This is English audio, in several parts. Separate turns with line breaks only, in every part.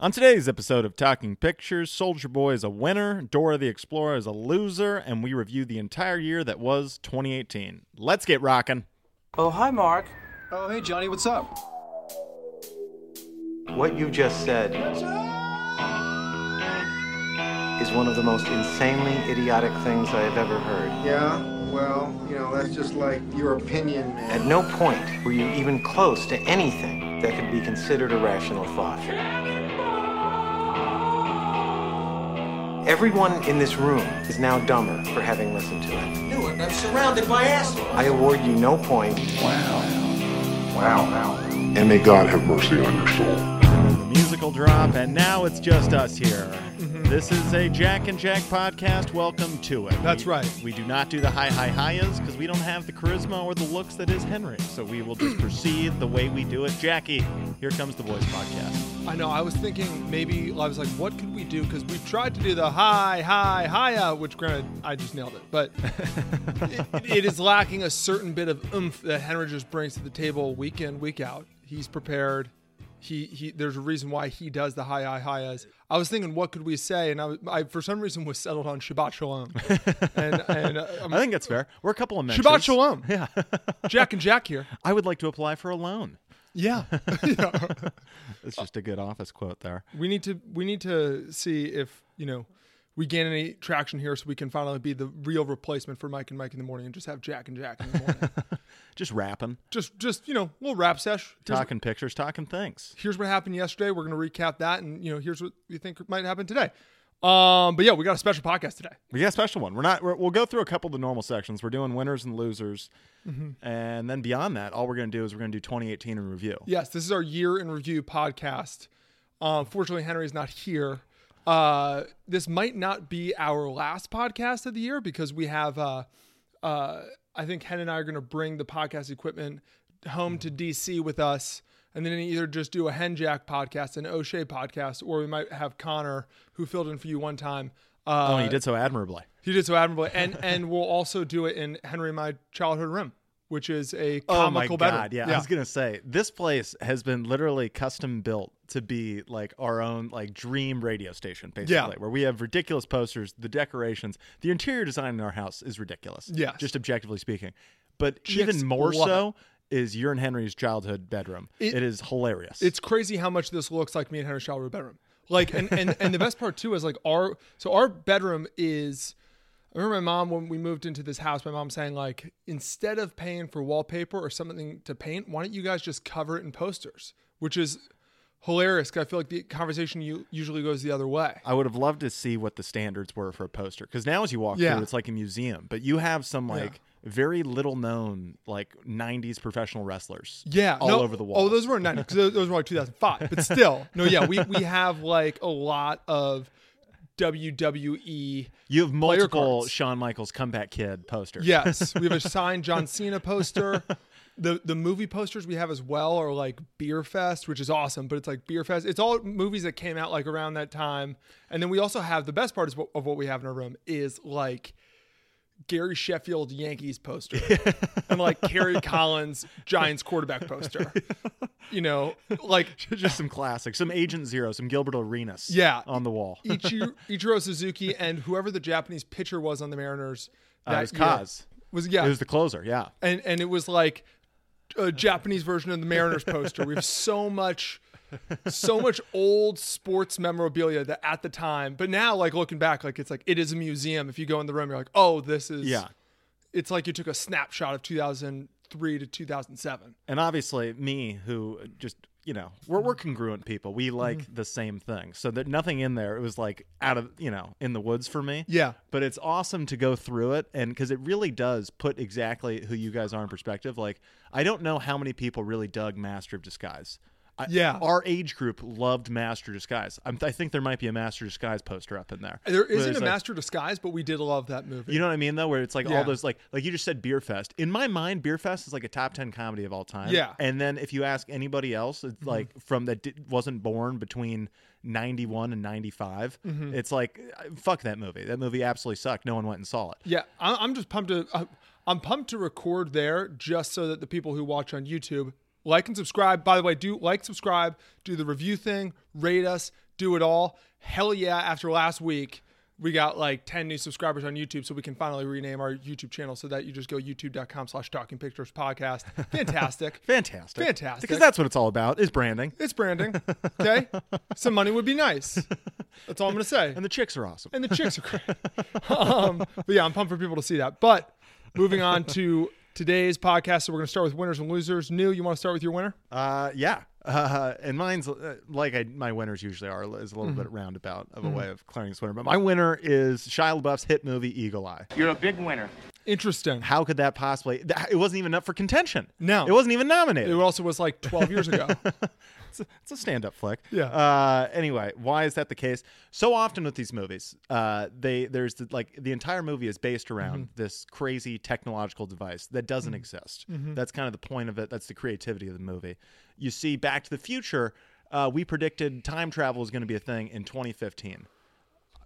On today's episode of Talking Pictures, Soldier Boy is a winner, Dora the Explorer is a loser, and we review the entire year that was 2018. Let's get rockin'.
Oh, hi, Mark.
Oh, hey, Johnny, what's up?
What you just said is one of the most insanely idiotic things I have ever heard.
Yeah, well, you know, that's just like your opinion,
At
man.
no point were you even close to anything that could be considered a rational thought. Everyone in this room is now dumber for having listened to it.
do it. I'm surrounded by assholes.
I award you no point.
and may God have mercy on your soul.
The musical drop, and now it's just us here.
Mm-hmm.
This is a Jack and Jack podcast. Welcome to it.
That's
We-
right.
We do not do the high, high, highs because we don't have the charisma or the looks that is Henry. So we will just proceed the way we do it. Jackie, here comes the boys podcast.
I know. I was thinking maybe I was like, what could we do? Because we've tried to do the high, high, high out, which granted I just nailed it, but it, it is lacking a certain bit of oomph that Henry just brings to the table week in, week out. He's prepared. He he. There's a reason why he does the high, high, high as. I was thinking, what could we say? And I, was- I for some reason was settled on Shabbat Shalom. and and uh, I'm-
I think that's fair. We're a couple of mentions.
Shabbat Shalom.
Yeah.
Jack and Jack here.
I would like to apply for a loan.
Yeah. yeah.
It's just a good office quote there.
We need to we need to see if you know we gain any traction here, so we can finally be the real replacement for Mike and Mike in the morning, and just have Jack and Jack in the morning.
Just rapping,
just just you know, little rap sesh. Here's,
talking pictures, talking things.
here's what happened yesterday. We're gonna recap that, and you know, here's what we think might happen today. Um, but yeah, we got a special podcast today.
We got a special one. We're not. We're, we'll go through a couple of the normal sections. We're doing winners and losers, Mm-hmm. and then beyond that, all we're going to do is we're going to do 2018 in review.
Yes, this is our year in review podcast. Um, fortunately, Henry's not here. Uh, this might not be our last podcast of the year because we have, uh, uh, I think Hen and I are going to bring the podcast equipment home to DC with us. And then either just do a Hen Jack podcast, an O'Shea podcast, or we might have Connor, who filled in for you one time. Uh,
Oh, and you did so admirably.
He did so admirably. And, and we'll also do it in Henry and My Childhood Rim, which is a comical
oh my
bedroom.
god! Yeah, I was gonna say this place has been literally custom built to be like our own like dream radio station, basically, where we have ridiculous posters, the decorations, the interior design in our house is ridiculous.
Yes.
just objectively speaking, but
Chicks
even more
love
so is your and Henry's childhood bedroom.
It-
it is hilarious.
it's crazy how much this looks like me and Henry Shalroot bedroom. Like, and, and and the best part too is like our so our bedroom is. I remember my mom when we moved into this house. My mom saying like, instead of paying for wallpaper or something to paint, why don't you guys just cover it in posters? Which is hilarious. 'cause I feel like the conversation you usually goes the other way.
I would have loved to see what the standards were for a poster because now as you walk
Yeah.
through, it's like a museum. But you have some like very little known like '90s professional wrestlers.
Yeah,
all
no-
over the wall.
Oh, those were ninety because those, those were like two thousand five. But still, no, yeah, we we have like a lot of E WWE
you have multiple
cards.
Shawn Michaels comeback kid posters.
Yes, we have a signed John Cena poster. The the movie posters we have as well are like Beer Fest, which is awesome, but it's like Beer Fest. It's all movies that came out like around that time. And then we also have the best part is what, of what we have in our room is like Gary Sheffield Yankees poster and like Kerry Collins Giants quarterback poster. You know, like
just some classics, some Agent Zero, some Gilbert Arenas.
Yeah.
on the wall.
Ichiro, Ichiro Suzuki and whoever the Japanese pitcher was on the Mariners.
Uh, it was
year
Kaz.
Was yeah.
It was the closer. Yeah,
and and it was like a Japanese version of the Mariners poster. We have so much, so much old sports memorabilia that at the time, but now like looking back, like it's like it is a museum. If you go in the room, you're like, oh, this is
yeah.
It's like you took a snapshot of 2003 to 2007.
and obviously me who just you know we're, we're congruent people
Mm-hmm.
we like the same thing so that nothing in there it was like out of you know in the woods for me
Yeah.
but it's awesome to go through it and because it really does put exactly who you guys are in perspective like i don't know how many people really dug master of disguise I,
Yeah.
our age group loved master of disguise I'm, i think there might be a master of disguise poster up in there
There
Where
isn't
it's
a
like-
master disguise, but we did love that movie.
you know what I mean though, where it's like
Yeah.
all those like like you just said Beer Fest. In my mind, Beer Fest is like a top ten comedy of all time.
Yeah. Mm-hmm.
And then if you ask anybody else, it's like from that di- wasn't born between ninety one and ninety
Mm-hmm.
it's like uh, fuck that movie. That movie absolutely sucked. No one went and saw it.
Yeah, uh, I- I'm just pumped to. I'm- I'm pumped to record there just so that the people who watch on YouTube Like and subscribe. By the way, do like, subscribe, do the review thing, rate us, do it all. Hell yeah, after last week, we got like 10 new subscribers on YouTube, so we can finally rename our YouTube channel so that you just go youtube.com slash talking pictures podcast. Fantastic.
Fantastic.
Fantastic.
Because that's what it's all about is branding.
it's branding. Okay? Some money would be nice. That's all I'm gonna say.
And the chicks are awesome.
and the chicks are great. um, but yeah, I'm pumped for people to see that. But moving on to today's podcast, so we're going to start with winners and losers. New, you want to start with your winner?
Uh, yeah. Uh, and mine's uh, like I, my winners usually are is a little bit roundabout of a way of declaring this winner. But my winner is Shia LaBeouf's hit movie Eagle Eye.
You're a big winner.
Interesting.
How could that possibly? that- It wasn't even up for contention.
No.
it wasn't even
It
nominated.
also was like 12 years ago.
it's, a, it's a stand-up flick.
Yeah.
Uh, anyway, why is that the case? So often with these movies, uh, they there's the, like the entire movie is based around this crazy technological device that doesn't exist. That's kind of the point of it. That's the creativity of the movie. You see, Back to the Future. Uh, we predicted time travel is going to be a thing in 2015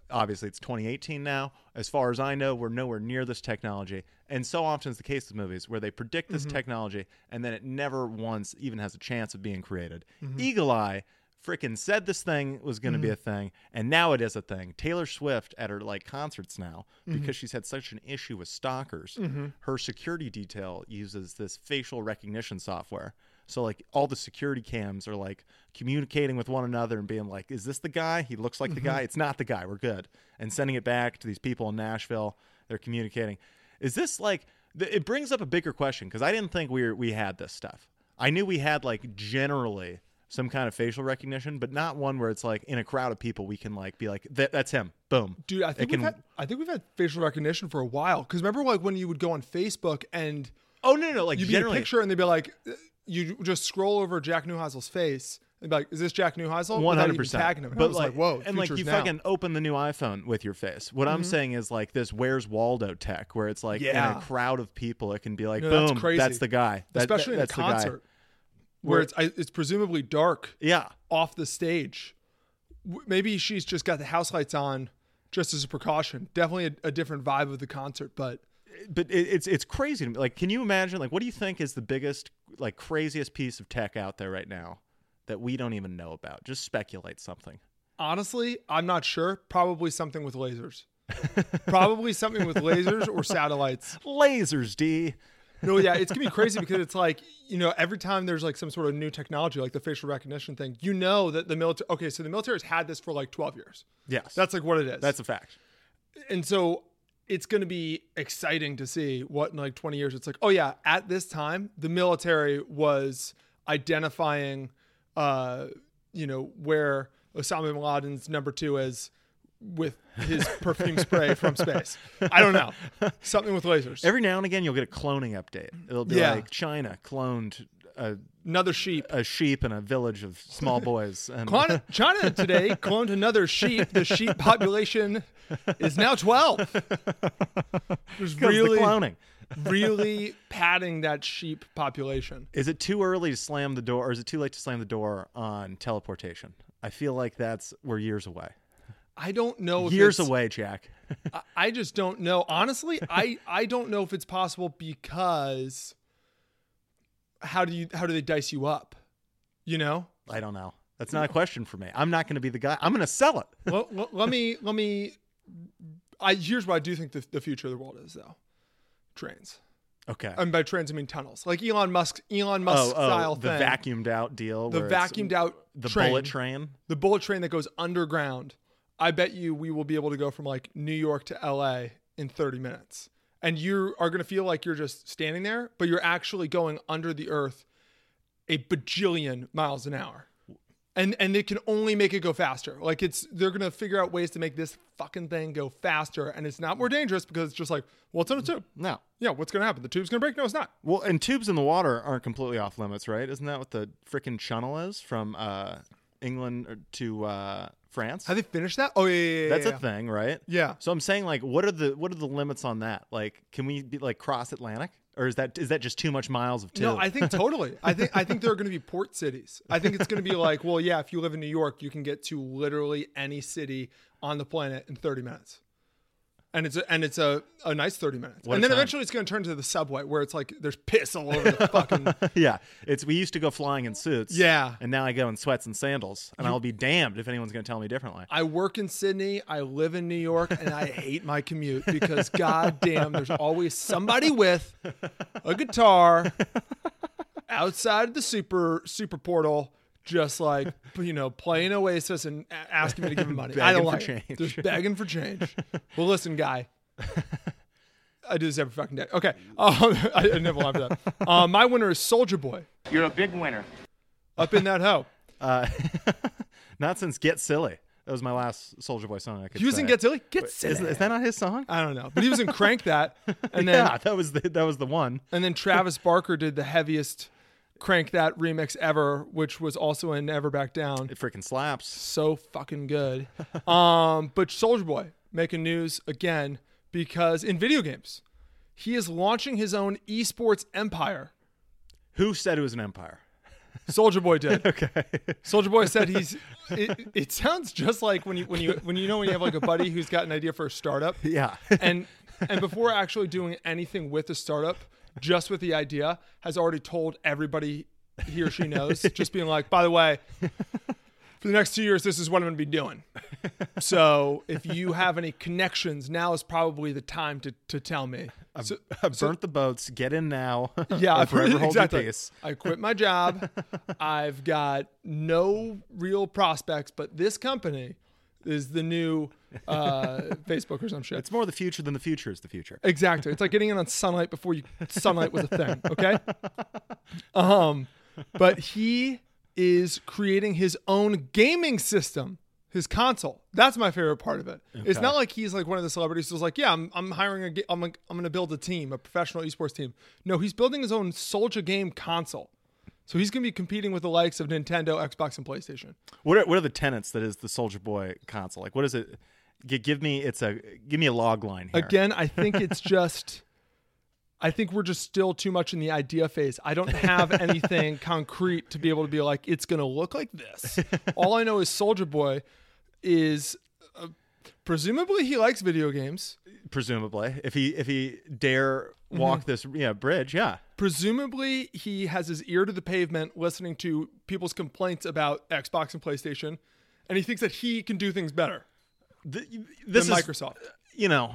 obviously it's 2018 now. As far as I know, we're nowhere near this technology. And so often is the case with movies where they predict this technology and then it never once even has a chance of being created. Eagle Eye freaking said this thing was going to be a thing and now it is a thing. Taylor Swift at her like concerts now because she's had such an issue with stalkers. Her security detail uses this facial recognition software. So like all the security cams are like communicating with one another and being like, "Is this the guy? He looks like the
Mm-hmm.
guy. It's not the guy. We're good." And sending it back to these people in Nashville. They're communicating. Is this like? Th- it brings up a bigger question because I didn't think we were, we had this stuff. I knew we had like generally some kind of facial recognition, but not one where it's like in a crowd of people we can like be like, "That- "That's him." Boom.
Dude, I
It
think,
can-
we've had, I think we've had facial recognition for a while. Because remember, like when you would go on Facebook and
oh no no, no like
you'd be a
generally
picture and they'd be like, you just scroll over Jack Newhousel's face and be like, is this Jack Newhousel?
One
Without
hundred
even
percent.
tagging him. And I
But
was
like,
whoa.
and like
features
you
now. Mm-hmm.
fucking open the new iPhone with your face. What I'm saying is like this. Where's Waldo tech? Where it's like in
Yeah.
a crowd of people, it can be like,
No,
boom,
that's crazy.
the guy. That- that-
especially in a
that's the guy.
concert where it's I, it's presumably dark
Yeah,
off the stage. W- Maybe she's just got the house lights on just as a precaution. Definitely a, a different vibe of the concert, but
but it, it's it's crazy to me. Like, can you imagine? Like, what do you think is the biggest, like, craziest piece of tech out there right now that we don't even know about? Just speculate something.
honestly, I'm not sure. Probably something with lasers. Probably something with lasers or satellites.
Lasers, D.
No, yeah, it's gonna be crazy because it's like you know every time there's like some sort of new technology, like the facial recognition thing. You know that the military. Okay, so the military's had this for like 12 years.
Yes,
That's like what it is.
that's a fact.
and so it's going to be exciting to see what in like 20 years it's like oh yeah at this time the military was identifying uh you know where osama bin laden's number two is with his perfume spray from space i don't know something with lasers
Every now and again, you'll get a cloning update. It'll be
Yeah.
like China cloned a,
another sheep
a sheep in a village of small boys. And
China, China today cloned another sheep. The sheep population is now 12.
Comes
There's
the
really,
cloning.
really padding that sheep population.
Is it too early to slam the door, or is it too late to slam the door on teleportation? I feel like that's we're years away.
I don't know. If
years
it's-
away, Jack.
I- I just don't know. Honestly, I I don't know if it's possible because how do you how do they dice you up? You know.
I don't know. That's not a question for me. I'm not going to be the guy. I'm going to sell it.
Well, let, let me let me. I here's what I do think the, the future of the world is though. Trains.
Okay.
And by trains I mean tunnels, like Elon Musk Elon
oh,
Musk
oh
style
the
thing.
vacuumed out deal.
the
where it's
vacuumed out
The
train,
bullet train.
the bullet train that goes underground. I bet you we will be able to go from like New York to LA in 30 minutes. And you are going to feel like you're just standing there, but you're actually going under the earth a bajillion miles an hour. And and they can only make it go faster. Like it's they're going to figure out ways to make this fucking thing go faster and it's not more dangerous because it's just like, well, it's on a tube.
No.
Yeah, what's going to happen? The tube's going to break? No, it's not.
Well, and tubes in the water aren't completely off limits, right? Isn't that what the frickin' channel is from uh, England or- to uh, France?
Have they finished that? Oh yeah, yeah, yeah.
That's
yeah,
a thing, right?
Yeah.
So I'm saying, like, what are the what are the limits on that? Like, can we be like cross Atlantic, or is that is that just too much miles of tube?
No, I think totally. I think I think there are going to be port cities. I think it's going to be like, well, yeah, if you live in New York, you can get to literally any city on the planet in 30 minutes. and it's a, and it's a, a nice thirty minutes,
What a
and then
time.
eventually it's going to turn to the subway where it's like there's piss all over the fucking.
yeah, it's we used to go flying in suits.
Yeah.
and now I go in sweats and sandals, and I'll be damned if anyone's going to tell me differently.
I work in Sydney, I live in New York, and I hate my commute because goddamn, there's always somebody with a guitar outside the super super portal, just like you know playing Oasis and a- asking me to give him money. I
Begging
don't
for
like
change.
It. Just begging for change. well, listen, guy. I do this every fucking day. Okay, um, I, I never laugh at that. Um, my winner is Soldier Boy.
You're a big winner.
Up in that hoe.
Uh, not since Get Silly. That was my last Soldier Boy song I could.
He was in
say.
Get Silly. Get
Is,
Silly.
is that not his song?
I don't know, but he was in Crank That, and then
yeah, that was the that was the one.
And then Travis Barker did the heaviest crank that remix ever, which was also in Never Back Down.
It freaking slaps.
So fucking good. Um, but Soldier Boy making news again because in video games, he is launching his own esports empire.
Who said it was an empire?
Soldier Boy did.
Okay.
Soldier Boy said he's. It, it sounds just like when you when you when you know when you have like a buddy who's got an idea for a startup.
yeah.
and and before actually doing anything with the startup, just with the idea, has already told everybody he or she knows, just being like, by the way, for the next two years, this is what I'm going to be doing. So if you have any connections, now is probably the time to to tell me. So,
I burnt the boats. Get in now.
yeah,
or forever hold your
exactly.
peace.
I quit my job. I've got no real prospects, but this company is the new uh, Facebook or some shit.
It's more the future than the future is the future.
Exactly. It's like getting in on sunlight before you sunlight was a thing, okay? Um but he is creating his own gaming system, his console. That's my favorite part of it. It's not like he's like one of the celebrities who's like, "Yeah, I'm I'm hiring a ga- I'm like, I'm going to build a team, a professional esports team." No, he's building his own Soldier game console. So he's going to be competing with the likes of Nintendo, Xbox, and PlayStation.
What are, what are the tenets that is the Soldier Boy console? Like, what is it? G- give me it's a give me a log line here.
Again, I think it's just. I think we're just still too much in the idea phase. I don't have anything concrete to be able to be like, it's going to look like this. All I know is Soldier Boy is uh, presumably he likes video games.
presumably, if he if he dare
Mm-hmm.
walk this yeah bridge, yeah.
Presumably he has his ear to the pavement listening to people's complaints about Xbox and PlayStation, and he thinks that he can do things better
Th-
than
this is
Microsoft
you know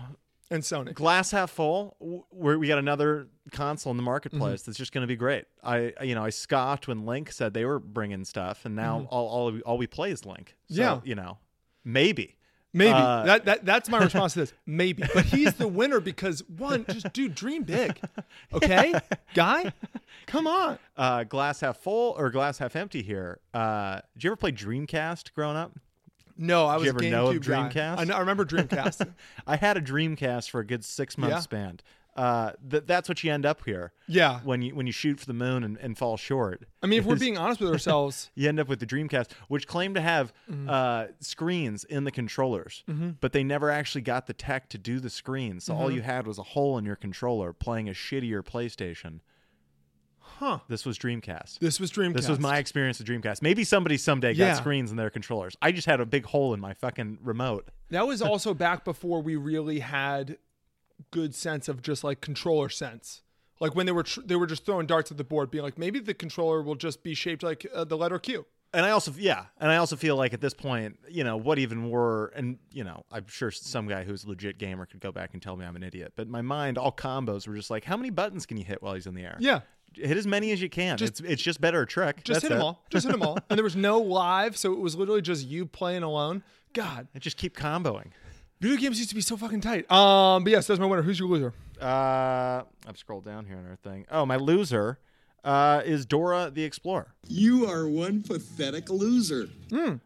and Sony.
glass half full. w- Where we got another console in the marketplace
Mm-hmm.
that's just going to be great. I I- you know I scoffed when Link said they were bringing stuff, and now all all we, all we play is Link. So,
Mm-hmm. Yeah.
you know maybe
Maybe
Uh,
that, that that's my response to this. Maybe, but he's the winner because one, just dude, dream big, okay, guy. Come on,
uh, glass half full or glass half empty here. Uh, did you ever play Dreamcast growing up?
no, I was
you
a
ever know of
GameCube guy.
Dreamcast?
I, know, I remember Dreamcast.
I had a Dreamcast for a good six month
Yeah.
span. Uh, th- that's what you end up here.
Yeah.
When you when you shoot for the moon and, and fall short.
I mean, if we're being honest with ourselves,
you end up with the Dreamcast, which claimed to have
Mm-hmm.
uh, screens in the controllers, but they never actually got the tech to do the screens. So
Mm-hmm.
all you had was a hole in your controller playing a shittier PlayStation. Huh. This was Dreamcast.
this was Dreamcast.
This was my experience with Dreamcast. Maybe somebody someday got
Yeah.
screens in their controllers. I just had a big hole in my fucking remote.
That was also back before we really had good sense of just like controller sense. Like when they were tr- they were just throwing darts at the board, being like, maybe the controller will just be shaped like uh, the letter Q.
and I also yeah, and I also feel like at this point, you know, what even were and you know, I'm sure some guy who's a legit gamer could go back and tell me I'm an idiot, but in my mind all combos were just like how many buttons can you hit while he's in the air?
Yeah,
Hit as many as you can. it's it's just better a trick. That's
just hit them
it.
all. Just hit them all. And there was no live, so it was literally just you playing alone. God,
And just keep comboing.
video games used to be so fucking tight. Um, but yes, that's my winner. Who's your loser?
Uh I've scrolled down here on our thing. Oh, my loser uh is Dora the Explorer.
You are one pathetic loser.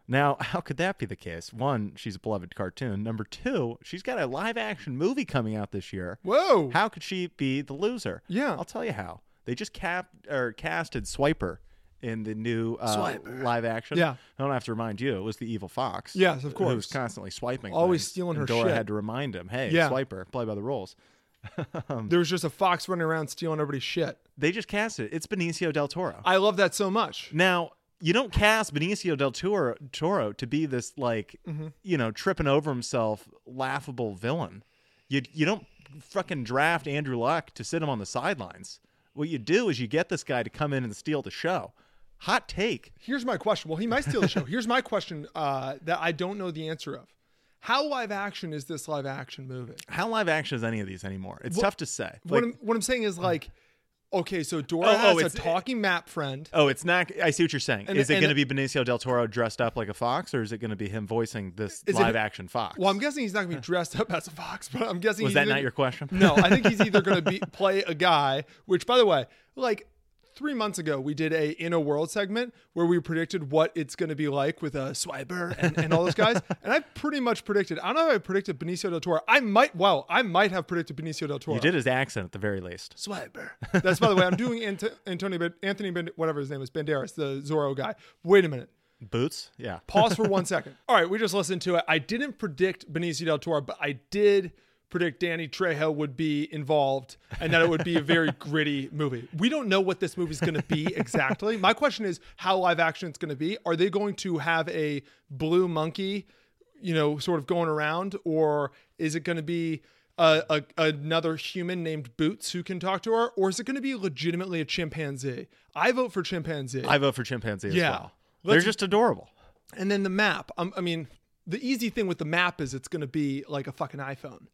Now, how could that be the case? One, she's a beloved cartoon. Number two, she's got a live action movie coming out this year.
Whoa.
How could she be the loser?
Yeah.
I'll tell you how. They just capped or casted Swiper in the new uh, live action.
Yeah.
I don't have to remind you, it was the evil fox.
Yes, of
Who was
course.
constantly swiping.
Always
things,
stealing
and
her
Dora
shit.
had to remind him, hey,
Yeah.
Swiper, play by the rules.
There was just a fox running around stealing everybody's shit.
They just cast it. It's Benicio del Toro.
I love that so much.
Now, you don't cast Benicio del Toro,
Mm-hmm.
Toro to be this like, you know, tripping over himself, laughable villain. You you don't fucking draft Andrew Luck to sit him on the sidelines. What you do is you get this guy to come in and steal the show. Hot take.
Here's my question. Well, he might steal the show. Here's my question uh, that I don't know the answer of. How live action is this live action movie?
How live action is any of these anymore? It's tough to say.
what,
Like,
I'm, what I'm saying is like, okay, so Dora
Oh, oh,
has a
it's-
talking map friend.
oh, it's not. I see what you're saying.
And-
is it
and-
going to be Benicio del Toro dressed up like a fox, or is it going to be him voicing this
Is it-
live action fox?
Well, I'm guessing he's not gonna be dressed up as a fox, but I'm guessing
Uh. Was
he's
that
either-
not your question?
No, I think he's either gonna be play a guy, which by the way, like three months ago we did a in a world segment where we predicted what it's gonna be like with a swiper and, and all those guys. and I pretty much predicted I don't know if I predicted Benicio del Toro. I might well, I might have predicted Benicio del Toro.
you did his accent at the very least.
Swiper. That's by the way, I'm doing Ant- Antonio Ben- Anthony ben- whatever his name is, Banderas, the Zorro guy. Wait a minute.
Boots? Yeah.
Pause for one second. All right, we just listened to it. I didn't predict Benicio del Toro, but I did predict Danny Trejo would be involved and that it would be a very gritty movie. We don't know what this movie's going to be exactly. My question is how live action it's going to be. Are they going to have a blue monkey, you know, sort of going around, or is it going to be a, a, another human named Boots who can talk to her, or is it going to be legitimately a chimpanzee? I vote for chimpanzee.
I vote for chimpanzee as
Yeah.
well.
Let's-
They're just adorable.
And then the map. Um, I mean, the easy thing with the map is it's going to be like a fucking iPhone,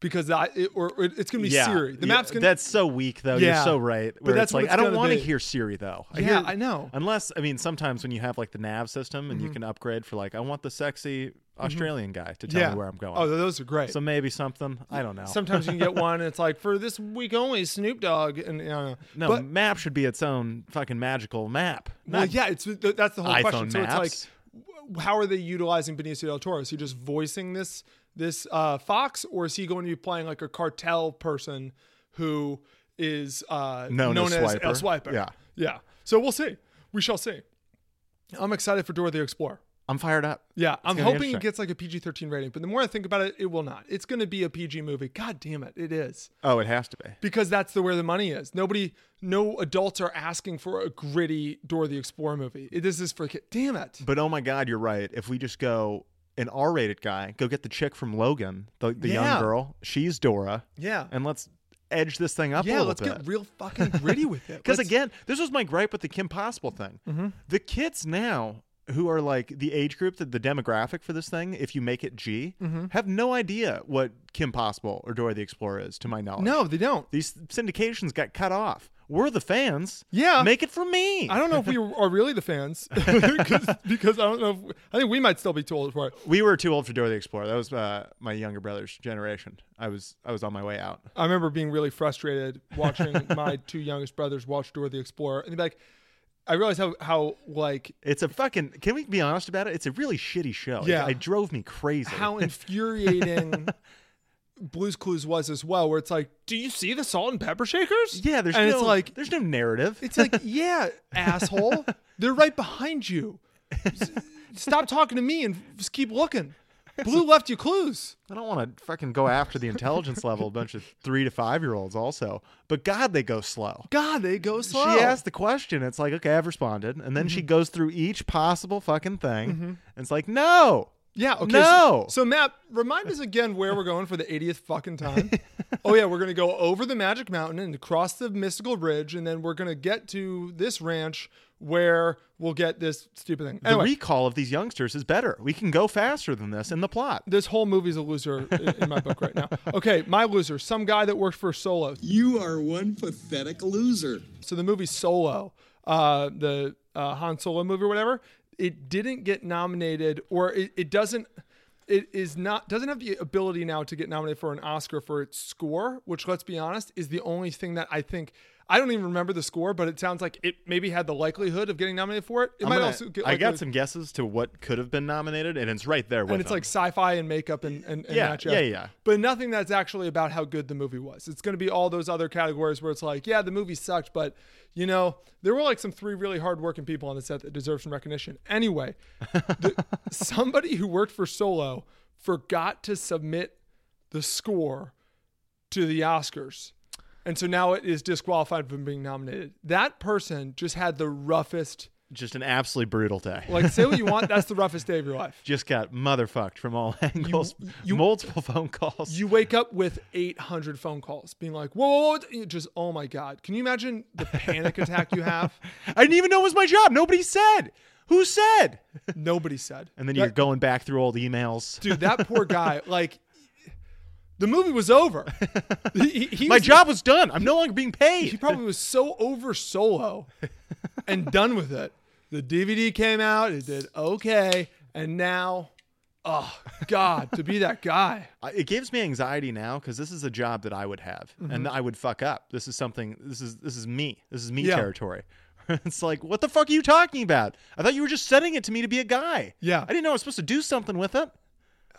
because I it, or it- it's going to be Siri. The
yeah,
map's going.
That's so weak, though.
Yeah.
You're so right.
But
Where
that's
it's
what
like
it's
I don't
gonna
want to
be.
hear Siri though. I
Yeah,
hear-
I know. Mm-hmm.
Unless I mean, sometimes when you have like the nav system and you can upgrade for like, I want the sexy Australian guy to tell me where I'm going.
Oh, those are great.
so maybe something. I don't know.
Sometimes you can get one, and it's like for this week only, Snoop Dogg, and you know,
no
But,
map should be its own fucking magical map.
well,
Not-
yeah, it's th- that's the whole question.
iPhone
So it's
maps.
like, w- how are they utilizing Benicio del Toro? Is he just voicing this this uh, Fox, or is he going to be playing like a cartel person who is uh,
Known as
as El
Swiper.
Swiper?
Yeah.
yeah. So we'll see. We shall see. I'm excited for Dora the Explorer.
I'm fired up.
Yeah,
gonna
I'm
be
hoping it
interesting.
gets like a PG-13 rating, but the more I think about it, it will not. It's going to be a PG movie. God damn it, it is
Oh, it has to be.
because that's the where the money is. Nobody, no adults are asking for a gritty Dora the Explorer movie. It- This is for kid. Damn it.
But oh my God, you're right. If we just go an R-rated guy, go get the chick from Logan, the, the
Yeah.
young girl. She's Dora.
Yeah.
And let's edge this thing up. a
yeah,
little
let's
bit.
get real fucking gritty with it.
Because
Let's- Mm-hmm.
again, this was my gripe with the Kim Possible thing. The kids now who are like the age group that the demographic for this thing, if you make it G,
Mm-hmm.
have no idea what Kim Possible or Dora the Explorer is, to my knowledge.
no, they don't.
These syndications got cut off. We're the fans.
Yeah.
Make it for me.
I don't know if we are really the fans 'Cause- because I don't know. If, I think we might still be told for it.
we were too old for Dora the Explorer. That was uh, my younger brother's generation. I was I was on my way out.
I remember being really frustrated watching my two youngest brothers watch Dora the Explorer, and they'd be like, I realized how how like
It's a fucking. Can we be honest about it? It's a really shitty show. It-
Yeah.
it, drove me crazy.
how infuriating Blue's Clues was as well, where it's like, do you see the salt and pepper shakers?
Yeah, there's
and
no
it's like
there's no narrative.
It's like, yeah, asshole. They're right behind you. S- Stop talking to me and just keep looking. Blue left you clues.
I don't want to fucking go after the intelligence level, a bunch of three to five year olds also. But God, they go slow.
God, they go slow. Mm-hmm.
She asked the question. It's like, okay, I've responded. And then she goes through each possible fucking thing. And it's like, no.
Yeah, okay.
No.
So, so Matt, remind us again where we're going for the 80th fucking time. oh yeah, we're gonna go over the Magic Mountain and across the mystical bridge, and then we're gonna get to this ranch where we'll get this stupid thing.
the
Anyway,
recall of these youngsters is better. We can go faster than this in the plot.
this whole movie's a loser in, in my book right now. Okay, my loser, some guy that worked for Solo.
You are one pathetic loser.
So the movie Solo, uh, the uh, Han Solo movie or whatever, it didn't get nominated, or it, it doesn't. It is not doesn't have the ability now to get nominated for an Oscar for its score, which let's be honest is the only thing that I think I don't even remember the score, but it sounds like it maybe had the likelihood of getting nominated for it. It
I'm
might
gonna-
also get.
I
Like
got
a-
some guesses to what could have been nominated, and it's right there with
and it's
them.
like sci-fi and makeup and and, and
Yeah,
matchup.
yeah, yeah.
But nothing that's actually about how good the movie was. It's going to be all those other categories where it's like, yeah, the movie sucked, but you know, there were like some three really hardworking people on the set that deserve some recognition. Anyway, the, somebody who worked for Solo forgot to submit the score to the Oscars. And so now it is disqualified from being nominated. That person just had the roughest
just an absolutely brutal day.
Like, say what you want. That's the roughest day of your life.
just got motherfucked from all angles.
you-
multiple phone calls.
You wake up with 800 phone calls being like, whoa, whoa, whoa. you Just, oh my God. Can you imagine the panic attack you have?
I didn't even know it was my job. Nobody said. Who said?
Nobody said.
And then
That-
you're going back through old emails.
Dude, that poor guy, like, the movie was over. He, he- he
my
was-
job was done. I'm no longer being paid.
He probably was so over solo and done with it. The DVD came out, it did okay, and now, oh God, to be that guy.
I- it gives me anxiety now because this is a job that I would have and I would fuck up. This is something. This is this is me. This is me
Yeah.
territory. it's like, what the fuck are you talking about? I thought you were just setting it to me to be a guy.
Yeah.
I didn't know I was supposed to do something with it.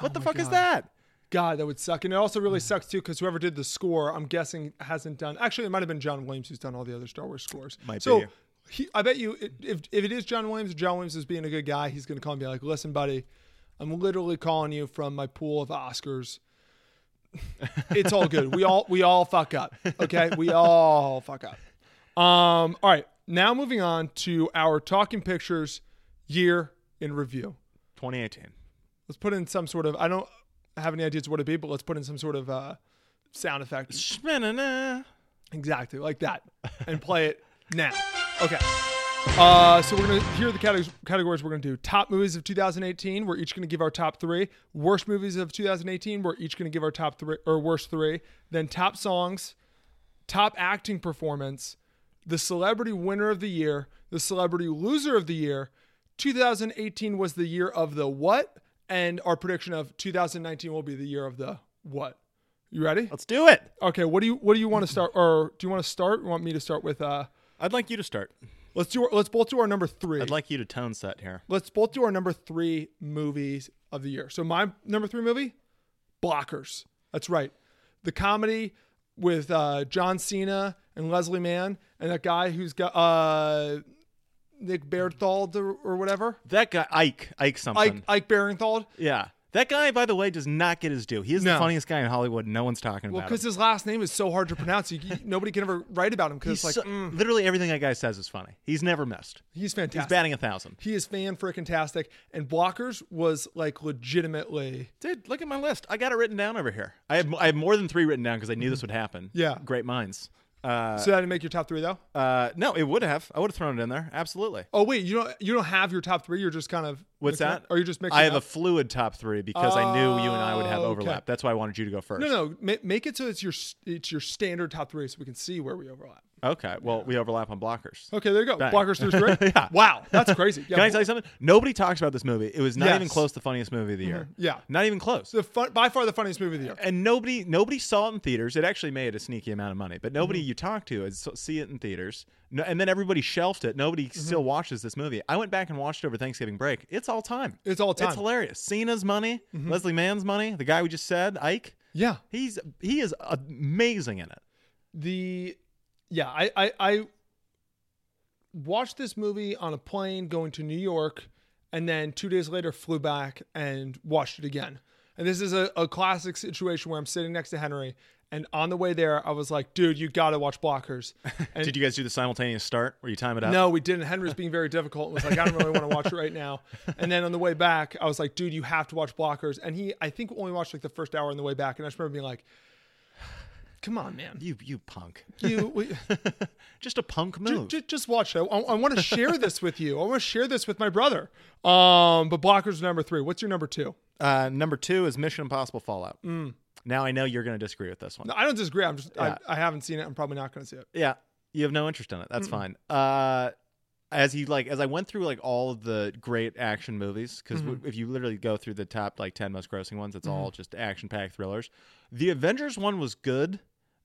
What the fuck is
God.
that?
God, that would suck. And it also
Mm-hmm.
really sucks too, because whoever did the score, I'm guessing hasn't done. Actually, it might have been John Williams who's done all the other Star Wars scores.
Might
so,
be.
He, I bet you, if if it is John Williams, John Williams is being a good guy. He's going to call and be like, "Listen, buddy, I'm literally calling you from my pool of Oscars. It's all good. We all we all fuck up. Okay, we all fuck up. Um, all right. Now moving on to our talking pictures year in review.
2018.
Let's put in some sort of. I don't have any ideas what it'd be, but let's put in some sort of uh, sound effect.
Shmenana.
Exactly like that, and play it now. Okay. Uh, so we're gonna here are the cate- categories we're gonna do. Top movies of 2018. We're each gonna give our top three. Worst movies of 2018. We're each gonna give our top three or worst three. Then top songs, top acting performance, the celebrity winner of the year, the celebrity loser of the year. 2018 was the year of the what, and our prediction of 2019 will be the year of the what. You ready?
Let's do it.
Okay. What do you What do you want to start? Or do you want to start? Or want me to start with? Uh,
I'd like you to start.
let's do. Let's both do our number three.
I'd like you to tone set here.
let's both do our number three movies of the year. So my number three movie, Blockers. That's right, the comedy with uh, John Cena and Leslie Mann and that guy who's got uh, Nick Berthold or, or whatever,
That guy Ike, Ike uh, something.
Ike, Ike Barinthal.
Yeah. That guy, by the way, does not get his due. He is
No.
the funniest guy in Hollywood. No one's talking
Well,
about him.
because his last name is so hard to pronounce, you, you- nobody can ever write about him because
He's
like
so-
mm,
literally everything that guy says is funny. He's never missed.
he's
He's
fantastic.
batting a thousand.
He is fan freaking tastic, and Blockers was like legitimately.
Dude, look at my list. I got it written down over here. I have I have more than three written down because I knew this would happen.
Yeah.
Great minds.
so that didn't make your top three though.
Uh, no, it would have. I would have thrown it in there. Absolutely.
Oh wait, you don't you don't have your top three. You're just kind of
What's
mixing
that?
Up? Are you just mixing?
I have
up?
a fluid top three because I knew you and I would have
Oh, okay.
overlap. That's why I wanted you to go first.
no no. Ma- make it so it's your s- it's your standard top three, so we can see where we overlap.
Okay. Well, we overlap on blockers.
Okay, there you go.
Bang.
Blockers through three. Wow, that's crazy. Yeah,
Can I tell you something? Nobody talks about this movie. It was not
Yes. Mm-hmm.
even close to the funniest movie of the year.
Yeah.
Not even close.
the fun, by far the funniest movie of the year.
and nobody nobody saw it in theaters. It actually made a sneaky amount of money, but nobody
Mm-hmm.
you talk to is see it in theaters. No, and then everybody shelved it. Nobody
Mm-hmm.
still watches this movie. I went back and watched it over Thanksgiving break. It's all time.
It's all time. Mm-hmm.
It's hilarious. Cena's money, Leslie Mann's money, the guy we just said, Ike.
Yeah,
He's he is amazing in it.
the yeah I, I i watched this movie on a plane going to new york and then two days later flew back and watched it again and this is a, a classic situation where i'm sitting next to henry and on the way there i was like dude you gotta watch blockers and
Did you guys do the simultaneous start where you time it out?
no we didn't henry was being very difficult and was like i don't really want to watch it right now and then on the way back i was like dude you have to watch blockers and he i think only watched like the first hour on the way back and i just remember being like come on man
You you punk.
you we,
Just a punk
Ju-
move.
ju- just watch it. I, want to share this with you. I want to share this with my brother. Um, but blockers are number three. What's your number two?
Uh, number two is Mission Impossible Fallout. Now I know you're going to disagree with this one.
No, I don't disagree. I'm just
Yeah.
I, I haven't seen it. I'm probably not going to see it.
Yeah, you have no interest in it. That's fine. Uh, as he like as I went through like all of the great action movies because if you literally go through the top like ten most grossing ones, it's all just action packed thrillers. The Avengers one was good.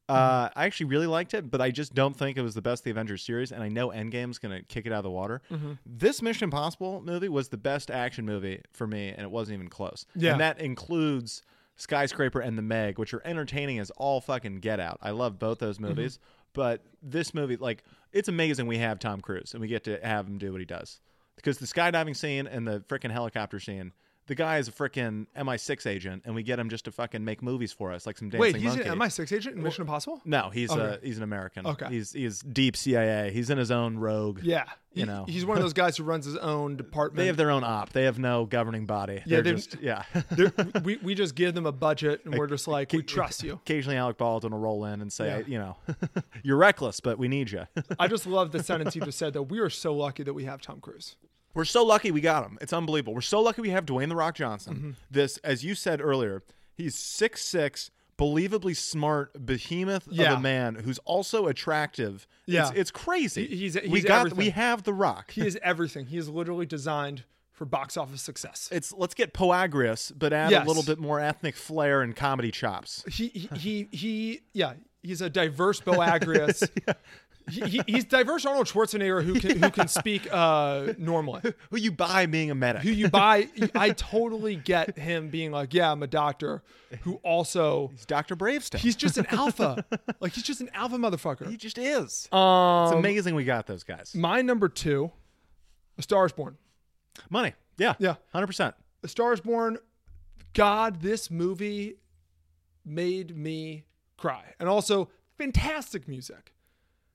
Uh,
Mm-hmm.
I actually really liked it, but I just don't think it was the best of the Avengers series. And I know Endgame's gonna kick it out of the water.
Mm-hmm.
This Mission Impossible movie was the best action movie for me, and it wasn't even close.
Yeah.
and that includes Skyscraper and The Meg, which are entertaining as all fucking get out. I love both
Mm-hmm.
those movies, but this movie, like, it's amazing we have Tom Cruise and we get to have him do what he does because the skydiving scene and the freaking helicopter scene. The guy is a freaking MI6 agent, and we get him just to fucking make movies for us, like some dancing
Wait, he's
monkey.
an MI6 agent in Mission Impossible?
No, he's
Okay.
a, he's an American.
Okay.
He's he's deep CIA. He's in his own rogue.
Yeah,
You know.
he's one of those guys who runs his own department.
They have their own op. They have no governing body.
Yeah,
They're
they've-
just yeah.
They're- we we just give them a budget, and we're just like, we trust you.
Occasionally, Alec Baldwin will roll in and say,
Yeah.
you know, you're reckless, but we need you.
I just love the sentence you just said that we are so lucky that we have Tom Cruise.
We're so lucky we got him. It's unbelievable. We're so lucky we have Dwayne the Rock Johnson.
Mm-hmm.
This, as you said earlier, he's six six, believably smart behemoth
Yeah.
of a man who's also attractive.
Yeah.
it's, it's crazy.
He- he's-
we
he's
got
everything.
we have the Rock.
He is everything. He is literally designed for box office success.
it's let's get Poagris, but add
Yes.
a little bit more ethnic flair and comedy chops.
He he he, he yeah, he's a diverse Boagrius. he, he, he's diverse Arnold Schwarzenegger who can who can speak uh normally.
Who you buy being a medic?
Who you buy? I totally get him being like, yeah, I'm a doctor. Who also
It's Doctor Bravestone.
he's just an alpha. Like he's just an alpha motherfucker.
he just is. it's amazing we got those guys.
My number two, A Star Is Born.
Money. Yeah.
Yeah.
Hundred percent.
A Star is Born, God, this movie made me cry. And also, fantastic music.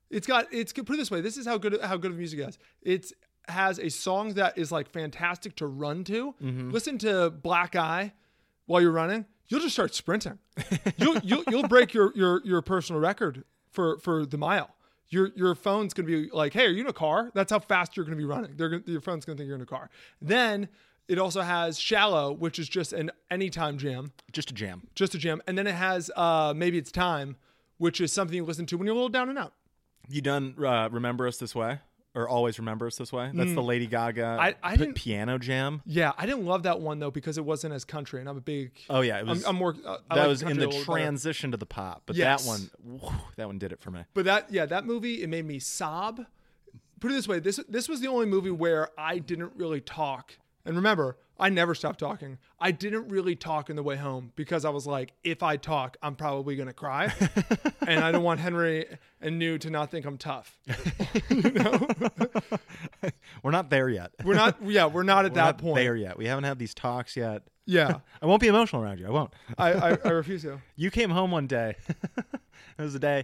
It's got it's put it this way, this is how good how good of music it has. It's has a song that is like fantastic to run to. Listen to Black Eye while you're running, you'll just start sprinting. You'll you'll, you'll break your your your personal record for for the mile. Your your phone's gonna be like, hey, are you in a car? That's how fast you're gonna be running. They're gonna, your phone's gonna think you're in a car. Then it also has shallow, which is just an anytime jam,
Just a jam.
just a jam, and then it has uh, maybe it's time, which is something you listen to when you're a little down and out.
You done uh, remember us this way or always remember us this way? That's the Lady Gaga
I- I
p-
didn't-
piano jam.
Yeah, I didn't love that one though because it wasn't as country, and I'm a big
Oh yeah, it was.
I'm, I'm more uh, I
that
like
was in
country
the
a little better.
transition to the pop, but
Yes.
that one, whew, that one did it for me.
But that yeah, that movie it made me sob. Put it this way, this this was the only movie where I didn't really talk. And remember, I never stopped talking. I didn't really talk on the way home because I was like, if I talk, I'm probably gonna cry, and I don't want Henry and New to not think I'm tough.
We're not there yet. We're
We're not, yeah, we're not at that
not
point.
there yet. We haven't had these talks yet.
Yeah,
I won't be emotional around you. I won't.
I, I I refuse to.
You came home one day. it was a day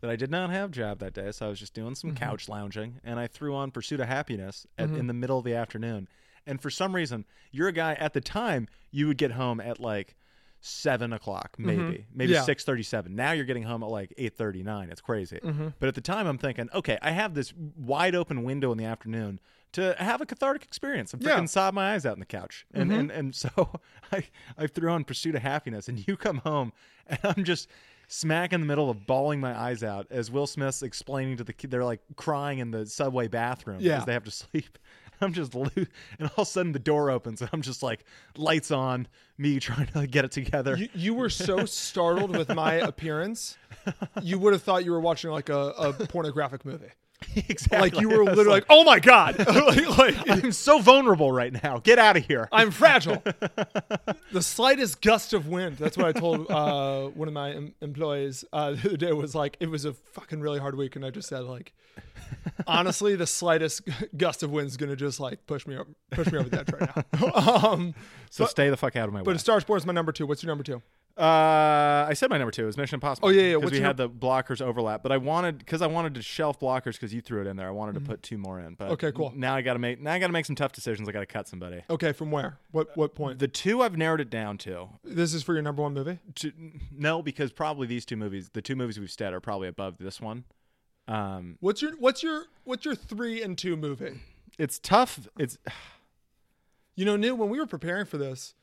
that I did not have job that day, so I was just doing some couch lounging, and I threw on Pursuit of Happiness at, in the middle of the afternoon. And for some reason, you're a guy at the time you would get home at like seven o'clock, maybe maybe
Yeah.
six thirty-seven. Now you're getting home at like eight thirty-nine. It's crazy.
Mm-hmm.
But at the time, I'm thinking, okay, I have this wide open window in the afternoon. To have a cathartic experience, I'm freaking
Yeah. Mm-hmm.
sob my eyes out on the couch, and and, and so I I threw on Pursuit of Happiness, and you come home, and I'm just smack in the middle of bawling my eyes out as Will Smith's explaining to the kid, they're like crying in the subway bathroom
Yeah.
because they have to sleep. I'm just lo- and all of a sudden the door opens, and I'm just like lights on, me trying to like, get it together.
You, you were so startled with my appearance, you would have thought you were watching like a, a pornographic movie.
exactly,
Like you
I
were
was
literally like, "Oh my god!" like, like,
I'm so vulnerable right now. Get out of here.
I'm fragile. the slightest gust of wind. That's what I told uh, one of my em- employees uh, the other day. Was like it was a fucking really hard week, and I just said like, honestly, the slightest gust of wind is gonna just like push me over, push me over the edge right now. um,
so stay the fuck out of my way.
but Star Sports my number two. What's your number two?
Uh, I said my number two is Mission Impossible.
Oh, yeah, yeah.
Because
What's
we
your-
had the blockers overlap, but I wanted because I wanted to shelf blockers because you threw it in there. I wanted to put two more in, but
Mm-hmm. Okay, cool.
Now I got to make now I got to make some tough decisions. I got to cut somebody.
Okay, from where? What what point?
The two I've narrowed it down to,
this is for your number one movie.
to no, because probably these two movies, the two movies we've said, are probably above this one. Um,
What's your what's your what's your three and two movie?
it's tough. It's
You know, new when we were preparing for this,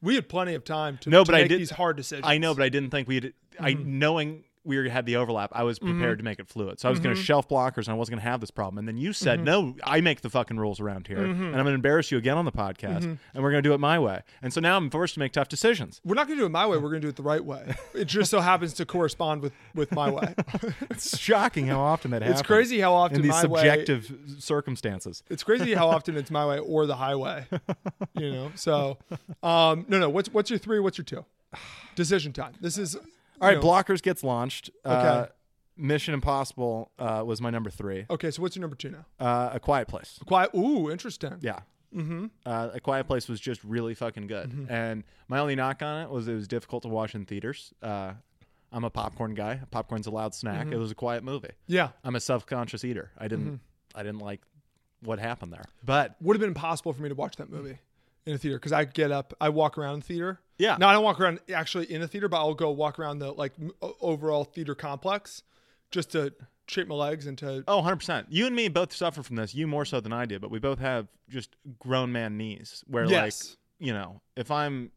we had plenty of time to,
no,
to
but I
make
did
these hard decisions.
I know, but I didn't think we'd. I knowing we had the overlap, I was prepared to make it fluid. So I was going to shelf blockers, and I wasn't going to have this problem. And then you said, "No, I make the fucking rules around here, and I'm going to embarrass you again on the podcast, and we're going to do it my way." And so now I'm forced to make tough decisions.
We're not going to do it my way. We're going to do it the right way. It just so happens to correspond with with my way.
It's shocking how often that happens.
It's crazy how often
in these
my way-
subjective circumstances.
It's crazy how often it's my way or the highway. You know. So, um, no, no. What's what's your three? What's your two? Decision time. This is
All right,
know-
blockers gets launched. Uh,
Okay.
Mission Impossible uh, was my number three.
okay. So what's your number two now?
Uh, a Quiet Place.
Quiet. Ooh, interesting.
Yeah.
Mm-hmm.
Uh, a Quiet Place was just really fucking good. And my only knock on it was it was difficult to watch in theaters. Uh, I'm a popcorn guy. Popcorn's a loud snack. It was a quiet movie.
Mm-hmm. Yeah. Mm-hmm.
I'm a self-conscious eater. I didn't. I didn't like what happened there. But
would have been impossible for me to watch that movie in a theater because I get up, I walk around the theater.
Yeah.
No, I don't walk around actually in the theater, but I'll go walk around the like m- o- overall theater complex just to shape my legs and to.
Oh, 100%. You and me both suffer from this. You more so than I do, but we both have just grown man knees where,
Yes.
like, you know, if I'm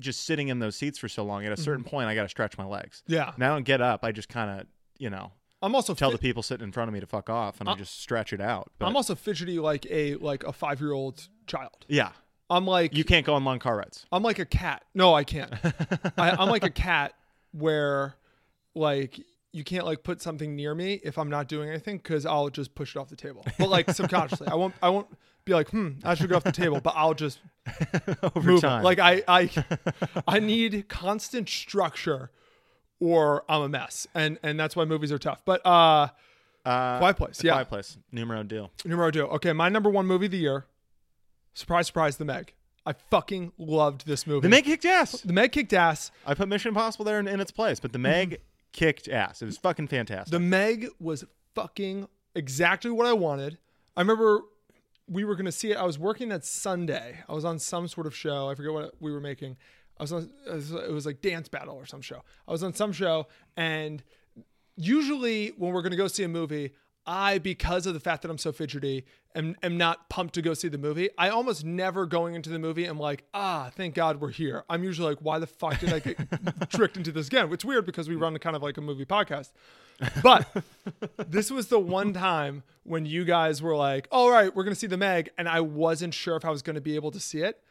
just sitting in those seats for so long, at a certain point, I got to stretch my legs.
Mm-hmm. Yeah.
And I don't get up. I just kind of, you know,
I'm also
tell
fi-
the people sitting in front of me to fuck off and I just stretch it out. But,
I'm also fidgety like a like a five year old child.
yeah.
I'm like
You can't go on long car rides.
I'm like a cat. No, I can't. I, I'm like a cat where like you can't like put something near me if I'm not doing anything because I'll just push it off the table. But like subconsciously, I won't. I won't be like, hmm, I should go off the table. But I'll just
Over
move. it.
time.
Like I, I, I need constant structure, or I'm a mess. And and that's why movies are tough. But uh,
uh,
Quiet Place, yeah.
Quiet Place. Numero deal.
Numero two. Okay, my number one movie of the year. Surprise, surprise, The Meg. I fucking loved this movie.
The Meg kicked ass.
The Meg kicked ass.
I put Mission Impossible there in, in its place, but the
Mm-hmm.
Meg kicked ass. It was fucking fantastic.
The Meg was fucking exactly what I wanted. I remember we were gonna see it. I was working that Sunday. I was on some sort of show. I forget what we were making. I was on. It was, it was like Dance Battle or some show. I was on some show, and usually when we're gonna go see a movie, I because of the fact that I'm so fidgety, am am not pumped to go see the movie. I almost never going into the movie. I'm like, ah, thank God we're here. I'm usually like, why the fuck did I get tricked into this again? It's weird because we run kind of like a movie podcast. But this was the one time when you guys were like, all right, we're going to see the Meg. And I wasn't sure if I was going to be able to see it.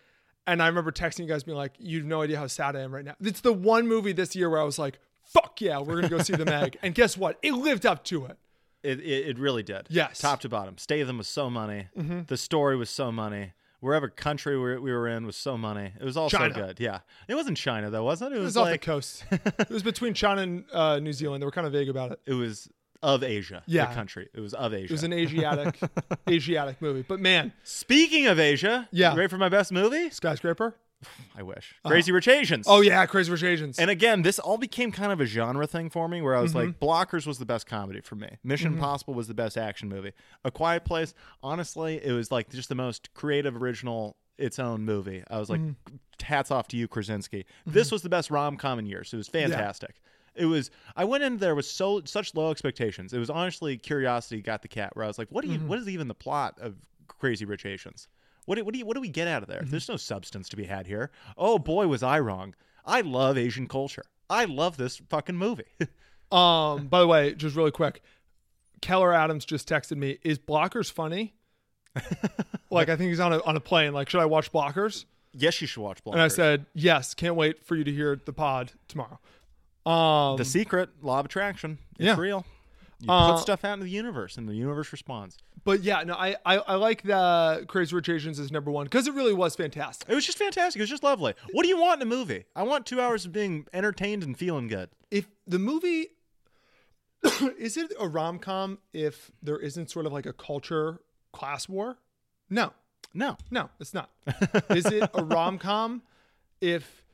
And I remember texting you guys being like, you have no idea how sad I am right now. It's the one movie this year where I was like, fuck yeah, we're going to go see the Meg. And guess what? It lived up to it.
It, it, it really did.
Yes. Mm-hmm.
Top to bottom. Stay them was so money. The story was so money. Wherever country we we were in was so money. It was all
China.
so good. Yeah. It wasn't China though, was it? It was,
It was off the
like
coast. it was between China and uh, New Zealand. They were kind of vague about it.
it was of Asia.
Yeah.
The country. It was of Asia.
It was an Asiatic, Asiatic movie. But man,
Speaking of Asia,
Yeah.
you ready for my best movie?
skyscraper.
I wish. Crazy Rich Asians.
Oh yeah, Crazy Rich Asians.
And again, this all became kind of a genre thing for me where I was like, Blockers was the best comedy for me. Mission Impossible was the best action movie. A Quiet Place, honestly, it was like just the most creative, original, its own movie. I was like, hats off to you, Krasinski. This was the best rom com in years. It was fantastic. It was. I went in there with so such low expectations. It was honestly curiosity got the cat. Where I was like, "What do you? what is even the plot of Crazy Rich Asians? What do, what do you what do we get out of there?
Mm-hmm.
There's no substance to be had here. Oh boy, was I wrong. I love Asian culture. I love this fucking movie.
Um, by the way, just really quick, Keller Adams just texted me, is Blockers funny? like I think he's on a on a plane. Like, should I watch Blockers?
yes, you should watch Blockers.
And I said, Yes, can't wait for you to hear the pod tomorrow. Um
"The Secret Law of Attraction. It's
Yeah.
real. You
Uh,
put stuff out into the universe, and the universe responds.
but yeah, no, I, I, I like the Crazy Rich Asians as number one because it really was fantastic.
It was just fantastic. It was just lovely. What do you want in a movie? I want two hours of being entertained and feeling good.
If the movie is it a rom com if there isn't sort of like a culture class war? No.
No,
No, it's not. Is it a rom com? If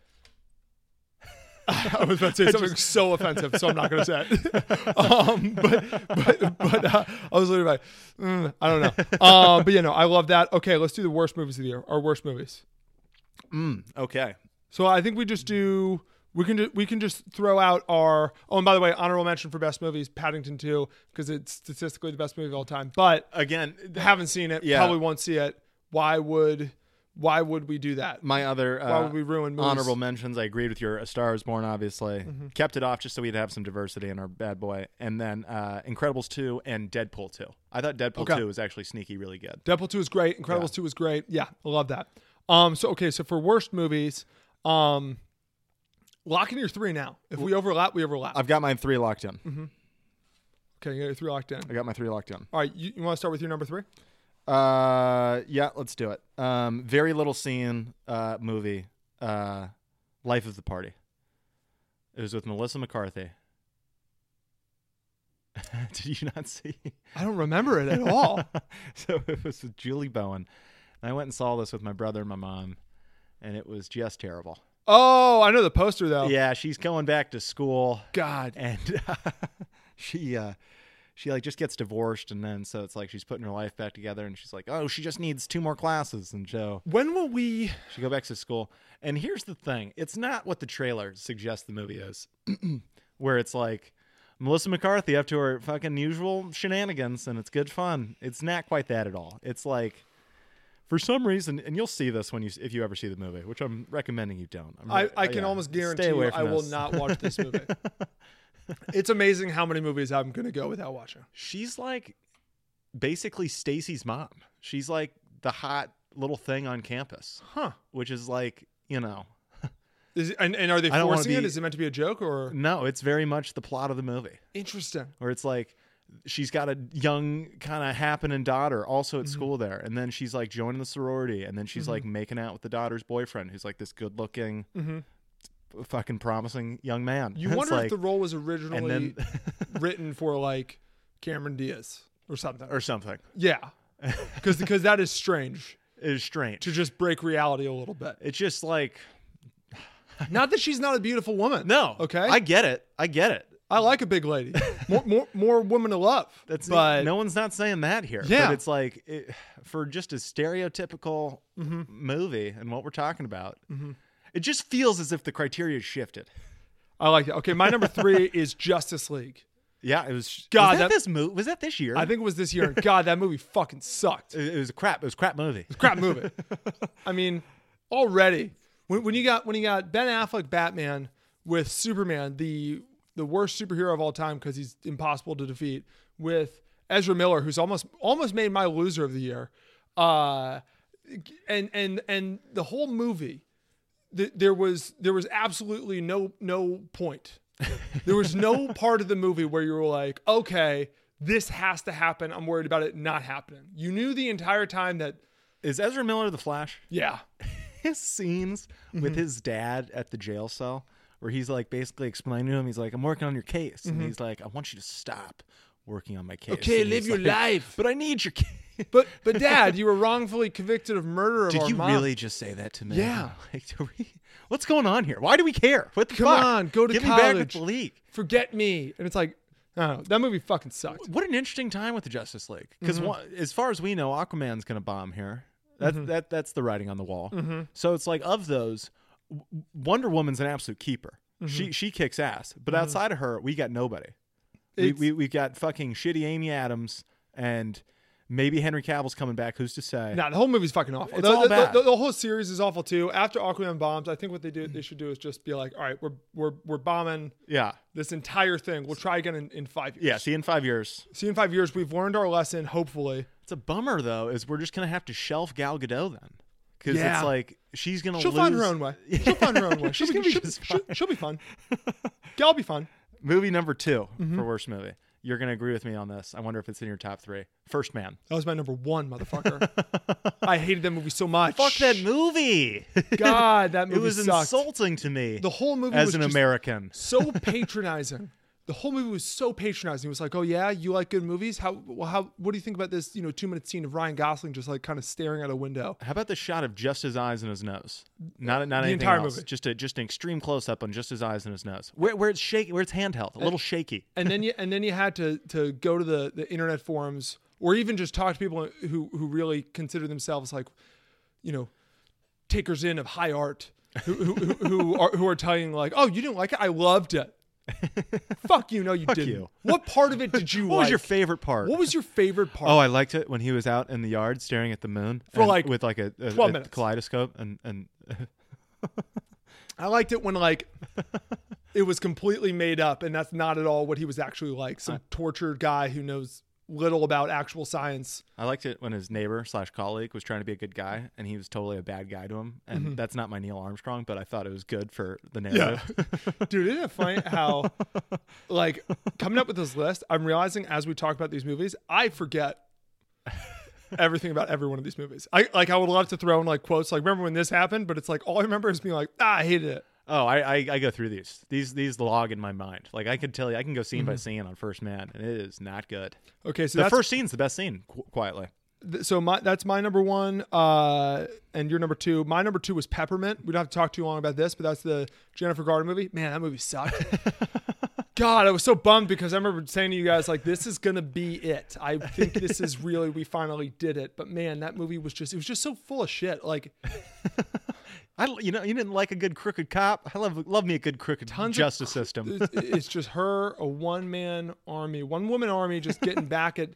I was about to say something so offensive, so I'm not going to say it. um, but but but uh, I was literally like, mm, I don't know. Um, but you know, I love that. Okay, let's do the worst movies of the year. Our worst movies.
Okay.
So I think we just do. We can ju- we can just throw out our. Oh, and by the way, honorable mention for best movies: Paddington Two, because it's statistically the best movie of all time. But
Again,
haven't seen it.
Yeah.
Probably won't see it. Why would why would we do that?
my other uh,
Why would we ruin Mm-hmm. movies?
honorable mentions. I agreed with your A Star Is Born, obviously. Kept it off just so we'd have some diversity in our bad boy. And then uh, Incredibles two and Deadpool two. I thought Deadpool
Okay.
two was actually sneaky, really good.
Deadpool 2 is great. Incredibles 2 is great. Yeah, I love that. Um so okay, so for worst movies, um lock in your 3 now. If we overlap, we overlap.
I've got my three locked in.
Mm-hmm. okay, you got your 3 locked in.
I got my three locked in.
All right, you, you want to start with your number 3?
Uh, yeah, let's do it. Um, very little seen uh, movie. Uh, Life of the Party. It was with Melissa McCarthy. Did you not see?
I don't remember it at all.
so it was with Julie Bowen. And I went and saw this with my brother and my mom, and it was just terrible.
Oh, I know the poster though.
Yeah, she's going back to school,
God.
and she uh, she like just gets divorced, and then so it's like she's putting her life back together, and she's like, oh, she just needs two more classes, and so
When will we?
she go back to school. And here's the thing: it's not what the trailer suggests the movie is, where it's like Melissa McCarthy up to her fucking usual shenanigans, and it's good fun. It's not quite that at all. It's like for some reason, and you'll see this when you if you ever see the movie, which I'm recommending you don't. I'm
I,
re- uh,
I can
yeah,
almost
stay
guarantee
away
you
from
I will
this.
not watch this movie. it's amazing how many movies I'm gonna go without watching.
She's like basically Stacy's mom. She's like the hot little thing on campus,
Huh?
which is like you know
Is it, and, and are they
I don't wanna
forcing it?
be-
Is it meant to be a joke or
no, it's very much the plot of the movie.
interesting?
where it's like she's got a young kind of happening daughter also
Mm-hmm.
at school there and then she's like joining the sorority and then she's like making out with the daughter's boyfriend who's like this good looking fucking promising young man
Mm-hmm. You
It's
wonder
like-
if the role was
and
originally
then
written for like Cameron Diaz or something.
or something
yeah, because because that is strange
it's strange
to just break reality a little bit.
it's just like
Not that she's not a beautiful woman.
no
Okay.
i get it i get it
I like a big lady. More more, more women to love.
that's
but
no one's not saying that here
Yeah.
but it's like it, for just a stereotypical movie and what we're talking about it just feels as if the criteria shifted
I like that. Okay, my number three is Justice League.
Yeah, it was.
God,
was that,
that-
this movie was that this year?
I think it was this year. And God, that movie fucking sucked.
it, it was a crap. It was a crap movie.
Crap movie. I mean, already when, when you got when you got Ben Affleck Batman with Superman, the the worst superhero of all time because he's impossible to defeat, with Ezra Miller, who's almost almost made my loser of the year, uh, and and and the whole movie, th- there was there was absolutely no no point. There was no part of the movie where you were like, okay, this has to happen. I'm worried about it not happening. You knew the entire time that,
Is Ezra Miller the Flash? Mm-hmm.
yeah,
His scenes with his dad at the jail cell, where he's like basically explaining to him, he's like, "I'm working on your case," and he's like, "I want you to stop working on my case."
Okay,
And
live
he's
your
like,
life.
But I need your case.
But but dad, you were wrongfully convicted of murder of
Did
our
you
mom.
really just say that to me?
Yeah.
Like, do we, what's going on here? Why do we care? What the
Come
fuck?
on, go to
Get me back with
college.
the league.
forget me? And it's like, oh, that movie fucking sucked.
What an interesting time with the Justice League. Because
Mm-hmm.
as far as we know, Aquaman's going to bomb here. That, that that's the writing on the wall.
Mm-hmm.
So it's like of those, W- Wonder Woman's an absolute keeper.
Mm-hmm.
She she kicks ass. But outside of her, we got nobody. We,
It's-
we we got fucking shitty Amy Adams and maybe Henry Cavill's coming back. Who's to say?
Nah, the whole movie's fucking awful.
It's
the,
all
the-
bad.
the- the whole series is awful too. After Aquaman bombs, I think what they do they should do is just be like, all right, we're we're we're bombing
Yeah,
this entire thing. We'll try again in, in five years.
yeah. See, in five years,
See, in five years, we've learned our lesson. Hopefully,
it's a bummer though. Is we're just gonna have to shelf Gal Gadot then, because
Yeah.
it's like she's gonna
she'll
lose.
find her own way. She'll find her own way.
She's
She'll
gonna be
she'll,
just
she'll,
fine.
she'll be fun. Yeah, I'll be fun.
Movie number 2
Mm-hmm.
for worst movie. You're going to agree with me on this. I wonder if it's in your top three. First Man.
That was my number one, motherfucker. I hated that movie so much.
Fuck that movie.
God, that
it
movie
was
sucked.
insulting to me.
The whole movie
as
was
an
just
American.
so patronizing. The whole movie was so patronizing. It was like, "Oh yeah, you like good movies? How well, how what do you think about this, you know, 2-minute scene of Ryan Gosling just like kind of staring out a window?"
How about the shot of just his eyes and his nose? Not not
The
anything
entire
else.
movie.
Just a just an extreme close up on just his eyes and his nose. Where where it's shaky, where it's handheld, a
Uh,
little shaky.
And then you and then you had to to go to the the internet forums or even just talk to people who who really consider themselves like, you know, takers in of high art who who, who, who are who are telling you, like, "Oh, you didn't like it? I loved it." Fuck you, no you didn't.
you.
What part of it did you
What
like?
was your favorite part?
What was your favorite part?
Oh, I liked it when he was out in the yard staring at the moon
For
and
like
with like a, a,
12
a
minutes.
kaleidoscope and and
I liked it when like it was completely made up, and that's not at all what he was actually like. Some tortured guy who knows little about actual science.
I liked it when his neighbor slash colleague was trying to be a good guy and he was totally a bad guy to him. And
Mm-hmm.
that's not my Neil Armstrong, but I thought it was good for the narrative.
Dude, isn't it funny how like coming up with this list, I'm realizing as we talk about these movies, I forget everything about every one of these movies. I like I would love to throw in like quotes like remember when this happened, but it's like all I remember is being like, ah, I hated it.
oh, I, I I go through these. These these log in my mind. Like I could tell you, I can go scene by scene on First Man, and it is not good.
Okay, so
The
Mm-hmm. that's
first scene's the best scene, qu- quietly.
th- so my that's my number one, uh, and your number two. My number two was Peppermint. We don't have to talk too long about this, but that's the Jennifer Garner movie. Man, that movie sucked. God, I was so bummed because I remember saying to you guys like, "This is gonna be it." I think this is really we finally did it. But man, that movie was just it was just so full of shit. Like
I, you know, you didn't like a good crooked cop. I love love me a good crooked
tons of
justice
cr- uh,
system.
it's- it's just her, a one man army, one woman army, just getting back at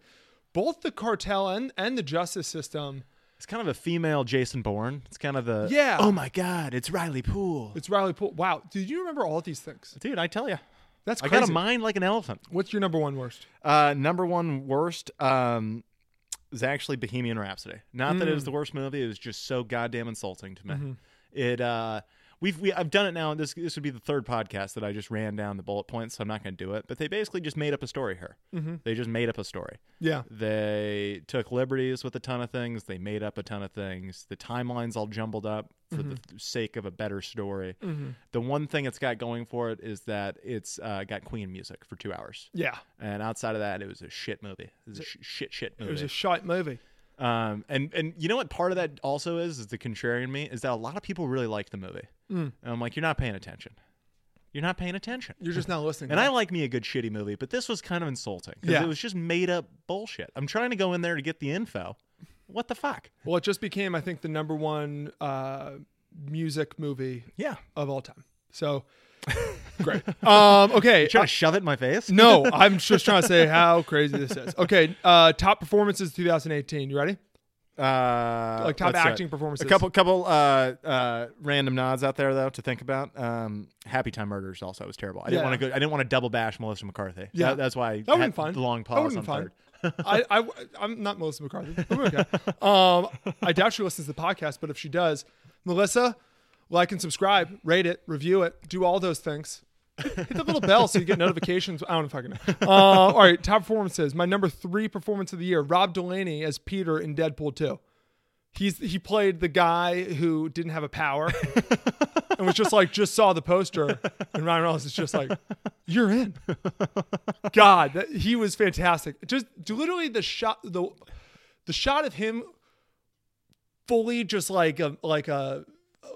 both the cartel and and the justice system.
It's kind of a female Jason Bourne. It's kind of the
Yeah.
Oh my God, it's Riley Poole,
It's Riley Poole. Wow, did you remember all these things?
dude. I tell you,
That's
I
crazy.
got a mind like an elephant.
What's your number one worst?
Uh, number one worst um, is actually Bohemian Rhapsody. Not that it was the worst movie; it was just so goddamn insulting to me. It uh, we've we, I've done it now. This this would be the third podcast that I just ran down the bullet points, so I'm not going to do it. But they basically just made up a story here. They just made up a story.
Yeah,
They took liberties with a ton of things. They made up a ton of things. The timeline's all jumbled up for
Mm-hmm.
the sake of a better story. The one thing it's got going for it is that it's uh, got Queen music for two hours.
yeah.
And outside of that, it was a shit movie. It was a sh- shit, shit
It was
movie.
a shite movie.
um, and and you know what? Part of that also is is the contrarian me is that a lot of people really liked the movie.
Mm.
And I'm like, you're not paying attention. You're not paying attention.
You're just not listening.
and I like me a good shitty movie, but this was kind of insulting because
Yeah.
it was just made up bullshit. I'm trying to go in there to get the info. What the fuck?
well, it just became, I think, the number one uh, music movie
Yeah,
of all time. So great. Um, okay,
trying to shove it in my face.
No, I'm just trying to say how crazy this is. Okay, uh, top performances 2018. You ready?
uh,
Like top
let's see.
acting performances.
A couple, couple uh, uh, random nods out there though to think about. Um, Happy Time Murders also was terrible. I didn't
Yeah.
want to go. I didn't want to double bash Melissa McCarthy.
Yeah.
That- that's why I
That would
had
have been fun.
the long
That
pause
would have
on third.
been fun. I, I, I'm not Melissa McCarthy. but we're okay. um, I doubt she listens to the podcast, but if she does, Melissa, like and subscribe, rate it, review it, do all those things. Hit the little bell so you get notifications. I don't fucking know. Uh, all right, top performances. My number three performance of the year: Rob Delaney as Peter in Deadpool 2. He's he played the guy who didn't have a power and was just like just saw the poster, and Ryan Reynolds is just like, "You're in." God, that, he was fantastic. Just literally the shot, the the shot of him fully just like a like a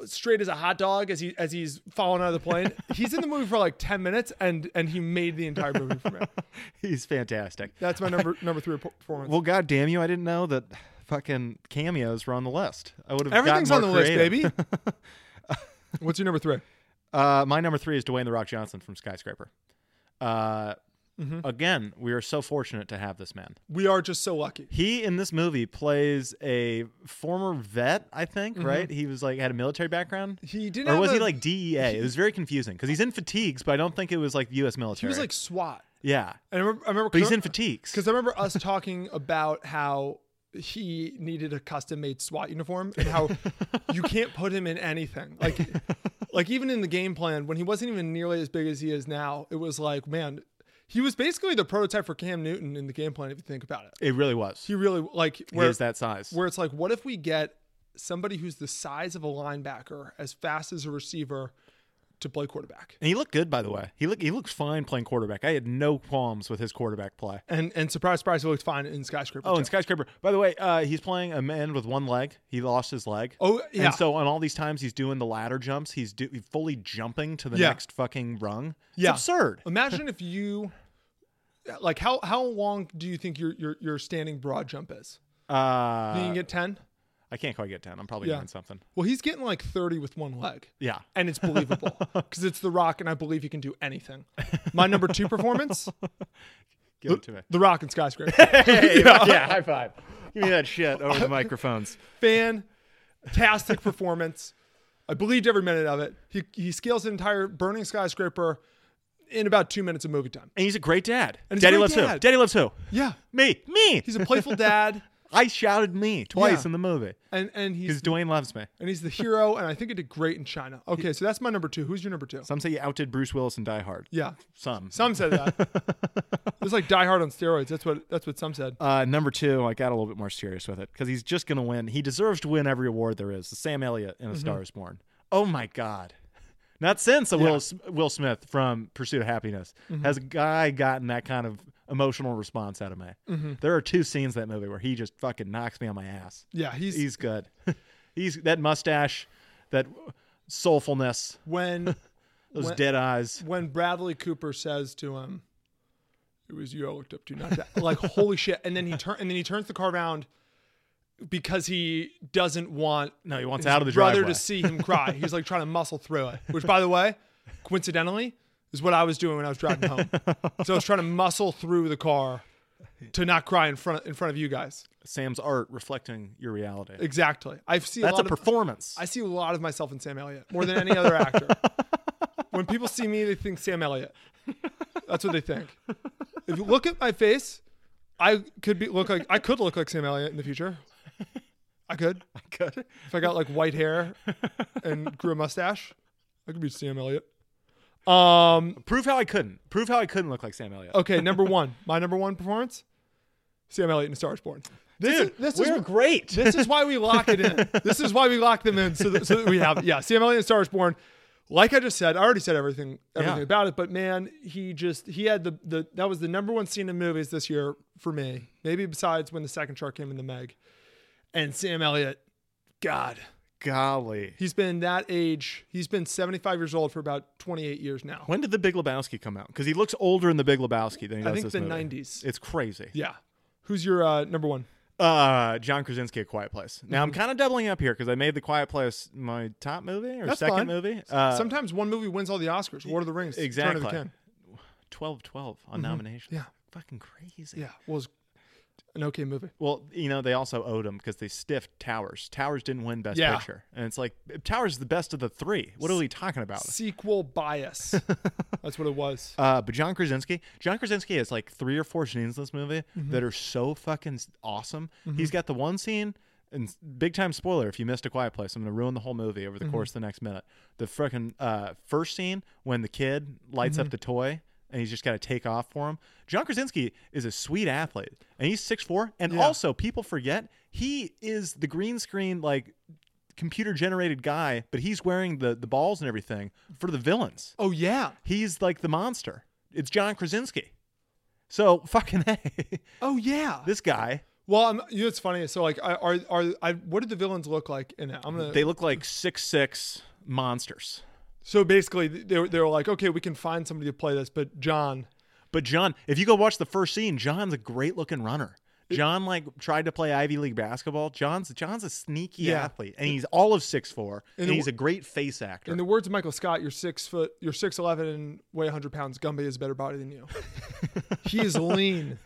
straight as a hot dog as he as he's falling out of the plane. He's in the movie for like ten minutes, and and he made the entire movie for me.
He's fantastic.
That's my number number three performance.
Well, god damn you! I didn't know that fucking cameos were on the list. I would have.
Everything's on the
creative.
list, baby. What's your number three?
Uh, my number three is Dwayne the Rock Johnson from Skyscraper. Uh,
Mm-hmm.
Again, we are so fortunate to have this man.
We are just so lucky.
He in this movie plays a former vet, I think, right? He was like had a military background.
Mm-hmm. He didn't
Or
have
was he
a-
like DEA? It was very confusing because he's in fatigues, but I don't think it was like the U.S.
He
military.
was like SWAT.
yeah,
And I remember, I remember
but he's in fatigues.
Because I remember us talking about how he needed a custom made SWAT uniform and how you can't put him in anything. Like like even in the game plan, when he wasn't even nearly as big as he is now, it was like, man, he was basically the prototype for Cam Newton in the game plan if you think about it.
It really was.
He really like
he is that size.
where it's like, what if we get somebody who's the size of a linebacker, as fast as a receiver, to play quarterback?
And he looked good, by the way. He looked he looked fine playing quarterback. I had no qualms with his quarterback play.
And and surprise, surprise, he looked fine in skyscraper.
Oh,
too.
and skyscraper. By the way, uh, he's playing a man with one leg. He lost his leg.
Oh, yeah.
And so on all these times he's doing the ladder jumps. He's do- he's fully jumping to the
Yeah.
next fucking rung. It's
Yeah. Um,
absurd.
Imagine if you like how how long do you think your your your standing broad jump is?
Uh,
You can get 10?
I can't quite get ten. I'm probably
Yeah.
doing something.
Well, he's getting like 30 with one leg.
Yeah.
And it's believable cuz it's The Rock and I believe he can do anything. My number 2 performance,
Give it to me.
The Rock and Skyscraper.
yeah. high five. Give me that shit over the microphones.
Fantastic performance. I believed every minute of it. He he scales an entire burning skyscraper in about 2 minutes of movie time.
And he's a great dad.
And he's a
Daddy
great
loves who?
dad.
Daddy loves who?
Yeah.
Me. Me.
He's a playful dad
I shouted me twice
Yeah.
in the movie.
and and
Because
he's
Dwayne loves me.
and he's the hero and I think it did great in China. Okay, so that's my number 2. Who's your number 2?
Some say you outdid Bruce Willis in Die Hard.
Yeah.
Some.
Some said that. it was like Die Hard on steroids. That's what that's what some said.
Uh, number two, I got a little bit more serious with it because he's just going to win. He deserves to win every award there is. Sam Elliott in A
Mm-hmm.
Star Is Born. Oh my God.
Mm-hmm.
Not since a Will, S- Will Smith from Pursuit of Happiness has a guy gotten that kind of emotional response out of me.
Mm-hmm.
There are two scenes in that movie where he just fucking knocks me on my ass.
Yeah, he's,
He's good. he's that mustache, that soulfulness,
when
those
When-
dead eyes.
when Bradley Cooper says to him, "It was you I looked up to, not that." Like holy shit! And then he turn and then he turns the car around because he doesn't want
No, he wants
his
out of the
brother
driveway.
to see him cry. He's like trying to muscle through it. Which, by the way, coincidentally, is what I was doing when I was driving home. so I was trying to muscle through the car to not cry in front in front of you guys.
Sam's art reflecting your reality.
Exactly. I see.
That's a
a, lot of-
performance.
I see a lot of myself in Sam Elliott more than any other actor. when people see me, they think Sam Elliott. That's what they think. If you look at my face, I could be look like I could look like Sam Elliott in the future. I could
good.
if I got like white hair and grew a mustache. I could be Sam Elliott. Um.
Prove how I couldn't. Prove how I couldn't look like Sam Elliott.
Okay. Number one. My number one performance. Sam Elliott in A Star Is Born. This
Dude,
is, this
we're
is
great.
This is why we lock it in. This is why we lock them in. So that, so that we have yeah. Sam Elliott, in E Star is Born. Like I just said, I already said everything everything
Yeah.
about it. But man, he just he had the the that was the number one scene in movies this year for me. Maybe besides when the second shark came in the Meg, and Sam Elliott, God,
Golly.
he's been that age. He's been seventy five years old for about twenty eight years now.
When did The Big Lebowski come out? Because he looks older in The Big Lebowski than he does
I think
this
the
movie.
90s.
It's crazy.
Yeah. Who's your uh, number one?
Uh, John Krasinski, A Quiet Place. Now
Mm-hmm.
I'm kind of doubling up here because I made The Quiet Place my top movie or
That's
second
fine.
movie. Uh,
Sometimes one movie wins all the Oscars. Lord of the Rings. Return of the
exactly.
King.
12 12 on nominations.
Yeah.
Fucking crazy.
Yeah. Was an okay movie.
Well, you know, they also owed him because they stiffed Towers. Towers didn't win Best
Yeah.
Picture. And it's like, Towers is the best of the three. What are we talking about?
sequel bias. That's what it was.
Uh, but John Krasinski, John Krasinski has like three or four scenes in this movie that are so fucking s- awesome. He's got the one scene, and s- big time spoiler if you missed A Quiet Place, I'm gonna ruin the whole movie over the course of the next minute. The frickin' uh, first scene when the kid lights up the toy and he's just got to take off for him. John Krasinski is a sweet athlete, and he's six four, and also people forget he is the green screen like computer generated guy, but he's wearing the the balls and everything for the villains.
Oh yeah.
He's like the monster. It's John Krasinski. So fucking hey,
Oh yeah.
this guy.
well, I'm, you know it's funny. So like, I, are are I? What did the villains look like in it? I'm gonna.
They look like six six monsters.
so basically, they were- they were like, okay, we can find somebody to play this, but John.
But John, if you go watch the first scene, John's a great looking runner. John like tried to play Ivy League basketball. John's John's a sneaky
Yeah.
athlete, and he's all of six four, and
the-
he's a great face actor.
In the words of Michael Scott, you're six foot, you're six eleven and weigh hundred pounds. Gumby is a better body than you. he is lean,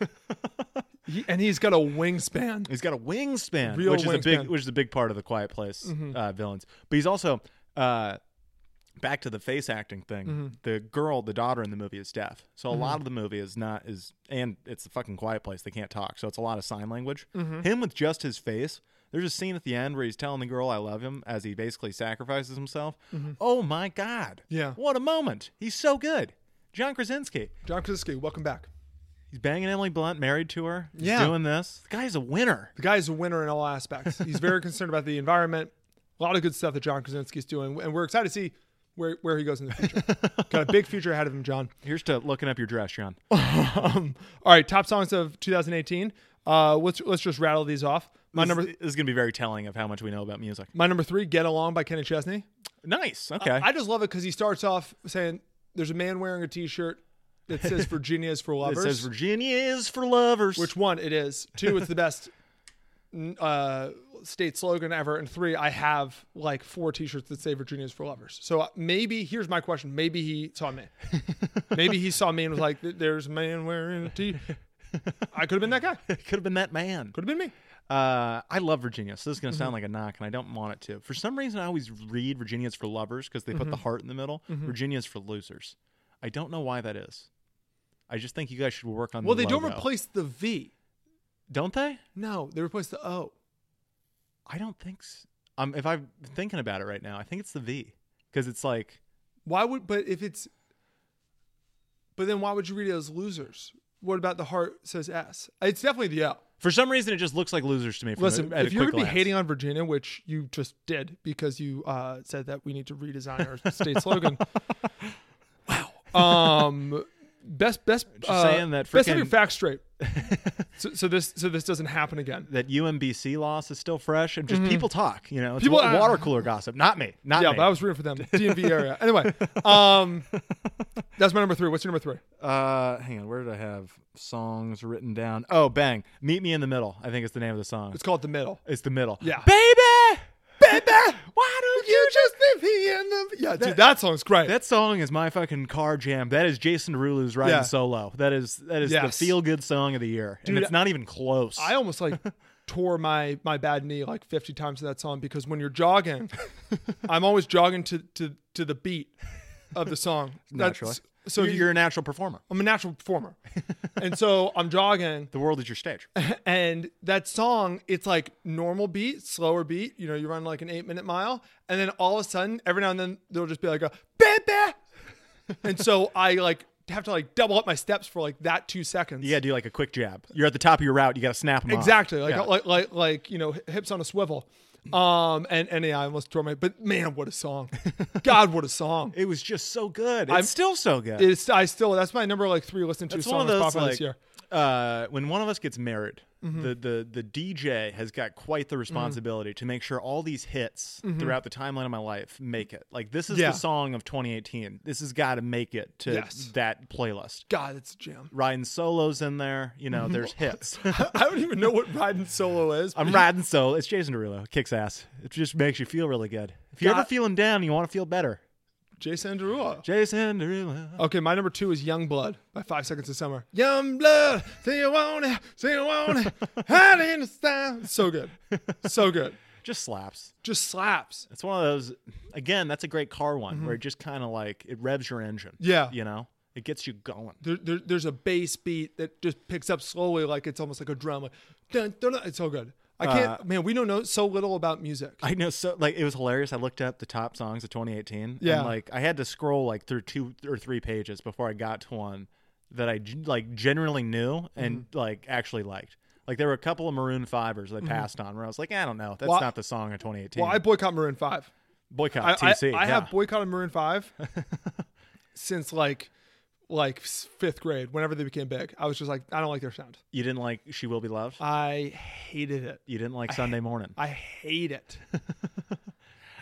he, and he's got a wingspan.
He's got a wingspan,
Real
which is a
wingspan. Mm-hmm.
big, which is a big part of the Quiet Place uh, villains. But he's also uh, back to the face acting thing.
Mm-hmm.
The girl, the daughter in the movie is deaf, so a lot of the movie is not is, and it's the fucking Quiet Place. They can't talk, so it's a lot of sign language.
Mm-hmm.
Him with just his face. There's a scene at the end where he's telling the girl "I love him" as he basically sacrifices himself. Oh my god!
Mm-hmm. Yeah.
what a moment! He's so good. John Krasinski.
John Krasinski, welcome back.
He's banging Emily Blunt, married to her. He's
Yeah.
doing this. The guy's a winner.
The guy is a winner in all aspects. He's very concerned about the environment. A lot of good stuff that John Krasinski's doing, and we're excited to see where, where he goes in the future. Got a big future ahead of him, John.
Here's to looking up your dress, John.
Um, all right, top songs of 2018. Uh, let's let's just rattle these off. My
this,
number
this is going to be very telling of how much we know about music. Uh,
my number three, "Get Along" by Kenny Chesney.
Nice. Okay.
I just love it because he starts off saying, "There's a man wearing a T-shirt that says Virginia is for
it
lovers."
says Virginia is for lovers.
Which one it is? Two, it's the best n- uh, state slogan ever, and three, I have like four T-shirts that say Virginia's for lovers. So uh, maybe here's my question: Maybe he saw me. maybe he saw me and was like, "There's a man wearing a T." I could have been that guy. Could Mm-hmm.
could have been that man.
have been me.
Uh, I love Virginia, so this is going to sound like a knock, and I don't want it to. For some reason, I always read Virginia's for lovers because they put
Mm-hmm.
the heart in the middle. Virginia's for losers. I don't know why that is. I just think you guys should work on.
Well,
the
they don't
logo.
replace the V.
don't they?
No, they replace the O.
I don't think. So. Um, if I'm thinking about it right now, I think it's the V because it's like
Why would? But if it's, but then why would you read it as losers? What about the heart says S? It's definitely the O.
for some reason it just looks like losers to me. From
Listen,
a, at a
if you're
quick
gonna be
glance.
hating on Virginia, which you just did because you uh, said that we need to redesign our state slogan, wow, um, best best
Just
uh,
saying that
best have your
frickin-
facts straight. so, so this so this doesn't happen again.
that UMBC loss is still fresh and just people talk, you know, it's
People-
wa- water cooler gossip, not me, not
Yeah,
me.
but I was rooting for them. DMV area. Anyway, um, that's my number three. What's your number three?
uh, hang on, where did I have songs written down? Oh, bang, meet me in the middle. I think it's the name of the song.
It's called the middle.
It's the middle.
Yeah.
Baby, baby, why don't you just leave me in the
Yeah, dude, that song's great.
That song is my fucking car jam. That is Jason Derulo's riding
Yeah.
solo. That is that is
Yes.
the feel good song of the year,
Dude,
and it's not even close.
I almost like tore my my bad knee like 50 times to that song because when you're jogging, I'm always jogging to to to the beat of the song. That's-
naturally.
So
you're,
you-
you're a natural performer.
I'm a natural performer, and so I'm jogging,
The world is your stage.
and that song it's like normal beat, slower beat. You know, you run like an eight minute mile, and then all of a sudden, every now and then there'll just be like a baby, and so I like have to like double up my steps for like that two seconds.
You got to do like a quick jab. You're at the top of your route. You got to snap them
Exactly. Like, like like like you know, hi- hips on a swivel. Um and, and yeah, I almost tore my but man, what a song. God, what a song.
it was just so good. It's
I'm-
still so good.
It's I still that's my number like three listen to
it's one
songs
of those
popular
like
this year. Mm-hmm.
uh, when one of us gets married, the, the the DJ has got quite the responsibility to make sure all these hits throughout the timeline of my life make it. Like this is
Mm-hmm. Yeah.
the song of 2018. This has got to make it to
Yes.
that playlist.
God, it's a jam.
Riding solos in there, you know. There's hits.
I don't even know what riding solo is.
I'm riding solo. It's Jason Derulo. Kicks ass. It just makes you feel really good. If you're ever
God.
feeling down, and you want to feel better.
Jason Derulo.
Jason Derulo.
Okay, my number two is Young Blood by Five Seconds of Summer. Young Blood, say you want it, say you want it, hide in the sun. So good, so good.
Just slaps.
Just slaps.
It's one of those. Again, that's a great car one where it just kind of like it revs your engine.
Mm-hmm. Yeah.
you know, it gets you going.
there, there, there's a bass beat that just picks up slowly, like it's almost like a drum. Like, dun, dun, dun. It's so good. I can't, man. We don't know so little about music.
Uh, I know. So like, it was hilarious. I looked up the top songs of 2018.
Yeah.
And, like, I had to scroll like through two or three pages before I got to one that I g- like generally knew and
Mm-hmm.
like actually liked. Like there were a couple of Maroon Fivers that I passed on where I was like, I don't know, that's
Well,
not the song of 2018.
well, I boycott Maroon Five.
Boycott
I, I,
TC.
I
yeah.
have boycotted Maroon Five since like, like s- fifth grade. Whenever they became big, I was just like, I don't like their sound.
you didn't like "She Will Be Loved."
I hated it.
you didn't like "Sunday Morning."
I hate it.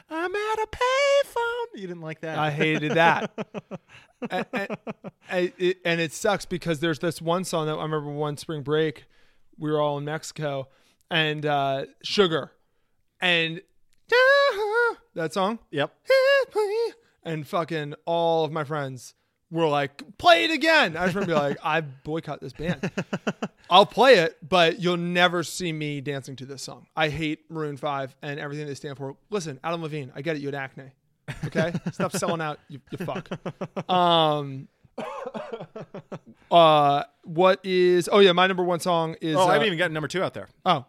I'm at a payphone. You didn't like that.
I hated that. and, and- and it, and it sucks because there's this one song that I remember one spring break, we were all in Mexico, and uh, Sugar, and that song,
Yep.
and fucking all of my friends were like, play it again. I just remember being like, I boycott this band. I'll play it, but you'll never see me dancing to this song. I hate Maroon 5 and everything they stand for. Listen, Adam Levine, I get it. You had acne. Okay? Stop selling out, you, you fuck. Um, uh, what is, oh yeah, my number one song is,
Oh, I
uh,
haven't even gotten number two out there.
oh,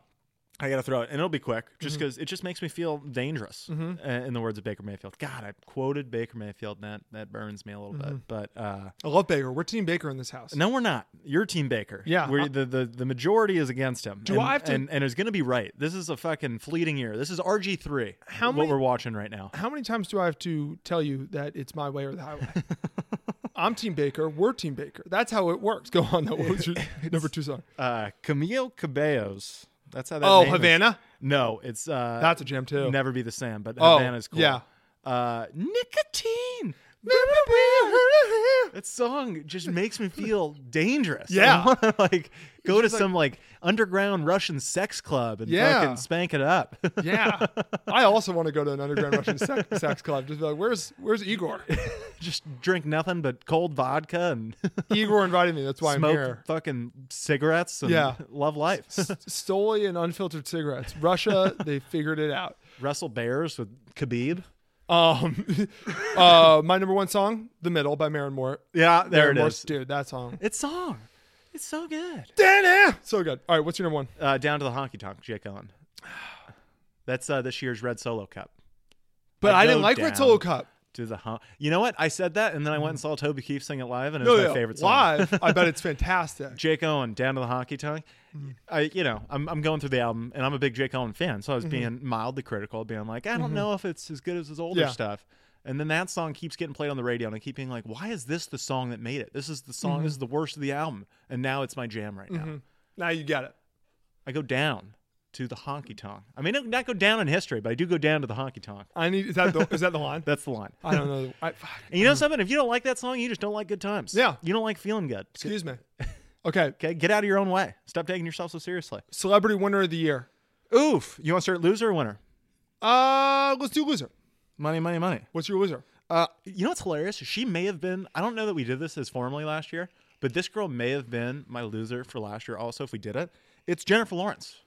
I gotta throw it, and it'll be quick, just
Mm-hmm.
because it just makes me feel dangerous. uh, in the words of Baker Mayfield, God, I quoted Baker Mayfield, and that that burns me a little
Mm-hmm.
bit. But uh,
I love Baker. We're Team Baker in this house.
no, we're not. You're Team Baker.
Yeah,
We're,
I-
the, the the majority is against him. Do and,
I have to-
And, and it's gonna be right. This is a fucking fleeting year. This is RG three.
How
what
many-
we're watching right now.
how many times do I have to tell you that it's my way or the highway? I'm Team Baker. We're Team Baker. That's how it works. Go on. Though. What was your number two song?
Uh, Camille Cabello's. That's how that.
Oh,
name is.
Havana?
No, it's uh,
That's a jam too.
Never be the same, but
Oh,
Havana's cool.
yeah.
Uh, nicotine. That song just makes me feel dangerous.
Yeah.
I wanna, like go to some like underground Russian sex club and
Yeah.
fucking spank it up.
Yeah. I also want to go to an underground Russian sex, sex club. Just be like, where's where's Igor?
just drink nothing but cold vodka and
Igor invited me. That's why I'm
smoke
here.
fucking cigarettes and
Yeah.
love life.
Stoli and unfiltered cigarettes. Russia, they figured it out.
Wrestle bears with Khabib.
Um, uh, my number one song, "The Middle" by Maren Moore.
Yeah, there
Maren
it
Moore-
is.
dude. That song,
It's song. It's so good.
so good. All right, what's your number one?
Uh, down to the honky tonk, Jake Owen. That's uh, this year's Red Solo Cup.
But I,
I
didn't
go
like Red
down.
Solo Cup.
To the hon- You know what? I said that, and then I went and saw Toby Keith sing it live, and it
Mm-hmm. No,
was my
yeah,
favorite song.
live. I bet it's Mm-hmm. fantastic.
Jake Owen, down to the honky tonk. I, you know, I'm, I'm going through the album, and
Mm-hmm.
I'm a big Jake Owen fan, so I was being mildly critical, being like, I don't know if it's as good as his older
Yeah.
stuff. And then that song keeps getting played on the radio, and I keep being like, "Why is this the song that made it? This is the
Mm-hmm.
song. This is the worst of the album." And now it's my jam right now.
Now you got it.
I go down to the honky tonk. I mean, not go down in history, but I do go down to the honky tonk.
I need. Is that the, is that the line?
That's the line.
I don't know. I, fuck.
And you know something? If you don't like that song, you just don't like good times.
Yeah.
You don't like feeling good.
Excuse me. Okay.
Okay, get out of your own way. Stop taking yourself so seriously.
Celebrity winner of the year.
Oof. You want to start loser or winner?
Uh, let's do loser.
Money, money, money.
What's your loser?
Uh, you know what's hilarious? She may have been, I don't know that we did this as formally last year, but this girl may have been my loser for last year also if we did it. It's Jennifer Lawrence.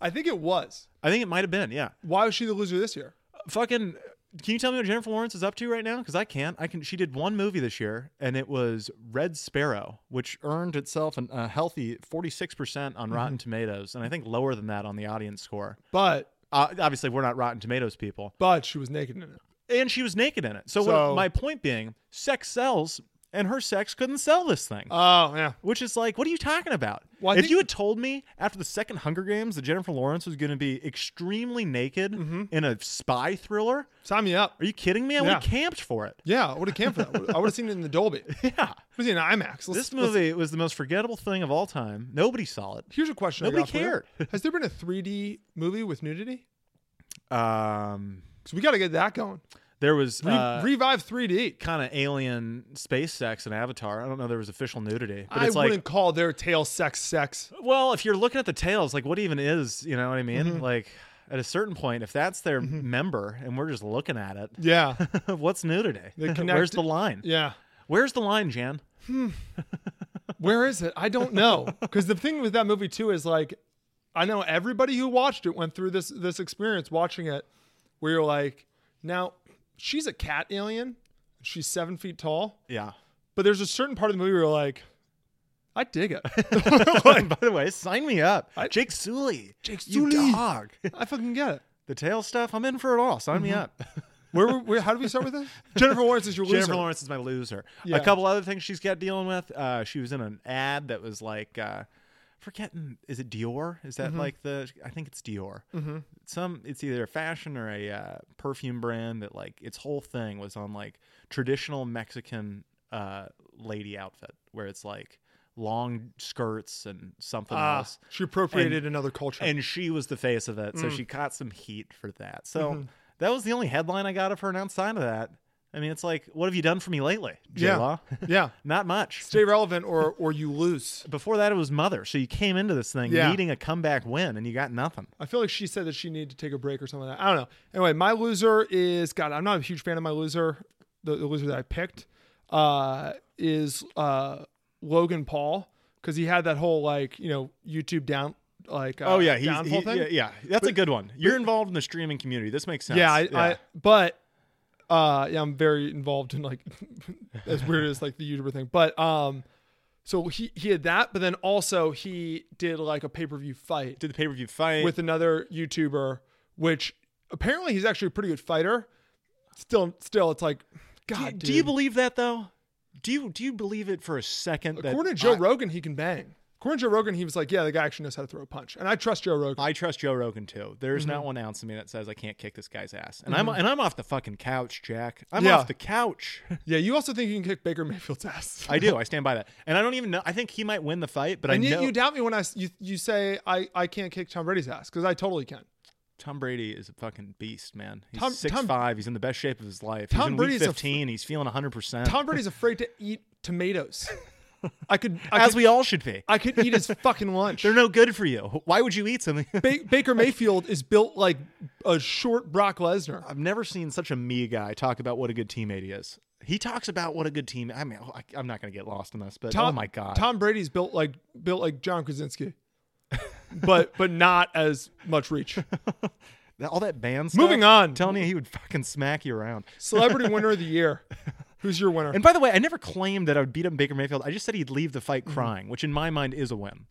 I think it was.
I think it might have been, yeah.
Why was she the loser this year?
Fucking, can you tell me what Jennifer Lawrence is up to right now? Because I can't. I can. She did one movie this year, and it was Red Sparrow, which earned itself an, a healthy 46%
Mm-hmm.
on Rotten Tomatoes, and I think lower than that on the audience score.
But
Uh, obviously, we're not Rotten Tomatoes people.
but she was naked in it.
and she was naked in it. So,
So-
what, my point being, sex sells, and her sex couldn't sell this thing.
Oh yeah.
which is like, what are you talking about?
Well, I
if
think-
you had told me after the second Hunger Games that Jennifer Lawrence was going to be extremely naked
Mm-hmm.
in a spy thriller,
Sign me up.
are you kidding me? I would have
Yeah.
camped for it.
Yeah, I would have camped for that. I would have seen it in the Dolby. I
Yeah.
would have seen it in IMAX. Let's-
This
let's-
movie was the most forgettable thing of all time. Nobody saw it.
Here's a question. I
Nobody
got for you.
cared.
Has there been a 3D movie with nudity?
Um,
Because we got to get that going.
there was
Re-
uh,
Revive 3D.
kind of alien space sex in Avatar. I don't know there was official nudity, but
I
it's
wouldn't
like
call their tail sex sex.
Well, if you're looking at the tails, like what even is, you know what I mean?
Mm-hmm.
Like at a certain point, if that's their member and we're just looking at it,
Yeah,
what's new today?
They
Where's
connect-
the line?
yeah.
Where's the line, Jan?
Where is it? I don't know. Because the thing with that movie too is like, I know everybody who watched it went through this this experience watching it, where you're like, now she's a cat alien, she's seven feet tall,
Yeah.
but there's a certain part of the movie where you're like, I dig it.
by the way, sign me up. Jake Sully.
Jake
You
Sully.
dog.
I fucking get it.
the tail stuff, I'm in for it all. Sign me up.
Where, were- where how do we start with this? Jennifer Lawrence is your loser.
Jennifer Lawrence is my loser.
Yeah.
A couple other things she's got dealing with. Uh, she was in an ad that was like, uh, forgetting, is it Dior? Is that like the? I think it's Dior. Mm-hmm. Some, it's either a fashion or a uh, perfume brand that like its whole thing was on like traditional Mexican uh, lady outfit, where it's like long skirts and something
Ah,
else.
she appropriated another culture.
And she was the face of it, so she caught some heat for that. So that was the only headline I got of her. And outside of that, I mean, it's like, what have you done for me lately, J Law?
yeah.
Not much.
Stay relevant or or you lose.
Before that, it was Mother. So you came into this thing
Yeah.
needing a comeback win, and you got nothing.
I feel like she said that she needed to take a break or something like that. I don't know. Anyway, my loser is God, I'm not a huge fan of my loser. The, the loser that I picked uh, is uh, Logan Paul because he had that whole like you know YouTube down like
Oh,
uh, downfall thing.
That's a good one. You're involved in the streaming community. This makes sense.
Yeah, I, I but uh yeah, I'm very involved in like as weird as like the YouTuber thing. But um so he he had that, but then also he did like a pay-per-view fight
did the pay per view fight
with another YouTuber, which apparently he's actually a pretty good fighter. Still still it's like
Do,
God
do you
dude.
believe that though? Do you do you believe it for a second? that
according to Joe
I-
Rogan he can bang. According to Joe Rogan, he was like, Yeah, the guy actually knows how to throw a punch. And I trust Joe Rogan.
I trust Joe Rogan too. There's
Mm-hmm.
not one ounce of me that says I can't kick this guy's ass. And I'm and I'm off the fucking couch, Jack. I'm
Yeah.
off the couch.
yeah, you also think you can kick Baker Mayfield's ass.
I do. I stand by that. And I don't even know. I think he might win the fight, but
and
I
yet
know
you doubt me when I s- you, you say I, I can't kick Tom Brady's ass because I totally can.
Tom Brady is a fucking beast, man. He's
Tom-
six
Tom-
five. He's in the best shape of his life.
Tom
he's in
Brady's a
week
f-
15. he's feeling 100. percent
Tom Brady's afraid to eat tomatoes. I could, I
as
could,
we all should be.
I could eat his fucking lunch.
They're no good for you. Why would you eat something?
ba- Baker Mayfield is built like a short Brock Lesnar.
I've never seen such a me guy talk about what a good teammate he is. He talks about what a good team. I mean, oh, I, I'm not going to get lost in this, but
Tom,
oh my god,
Tom Brady's built like built like John Krasinski, but but not as much reach.
That- all that band stuff.
Moving on.
Telling you he would fucking smack you around.
Celebrity winner of the year. Who's your winner?
And by the way, I never claimed that I would beat up Baker Mayfield. I just said he'd leave the fight
Mm-hmm.
crying, which in my mind is a win.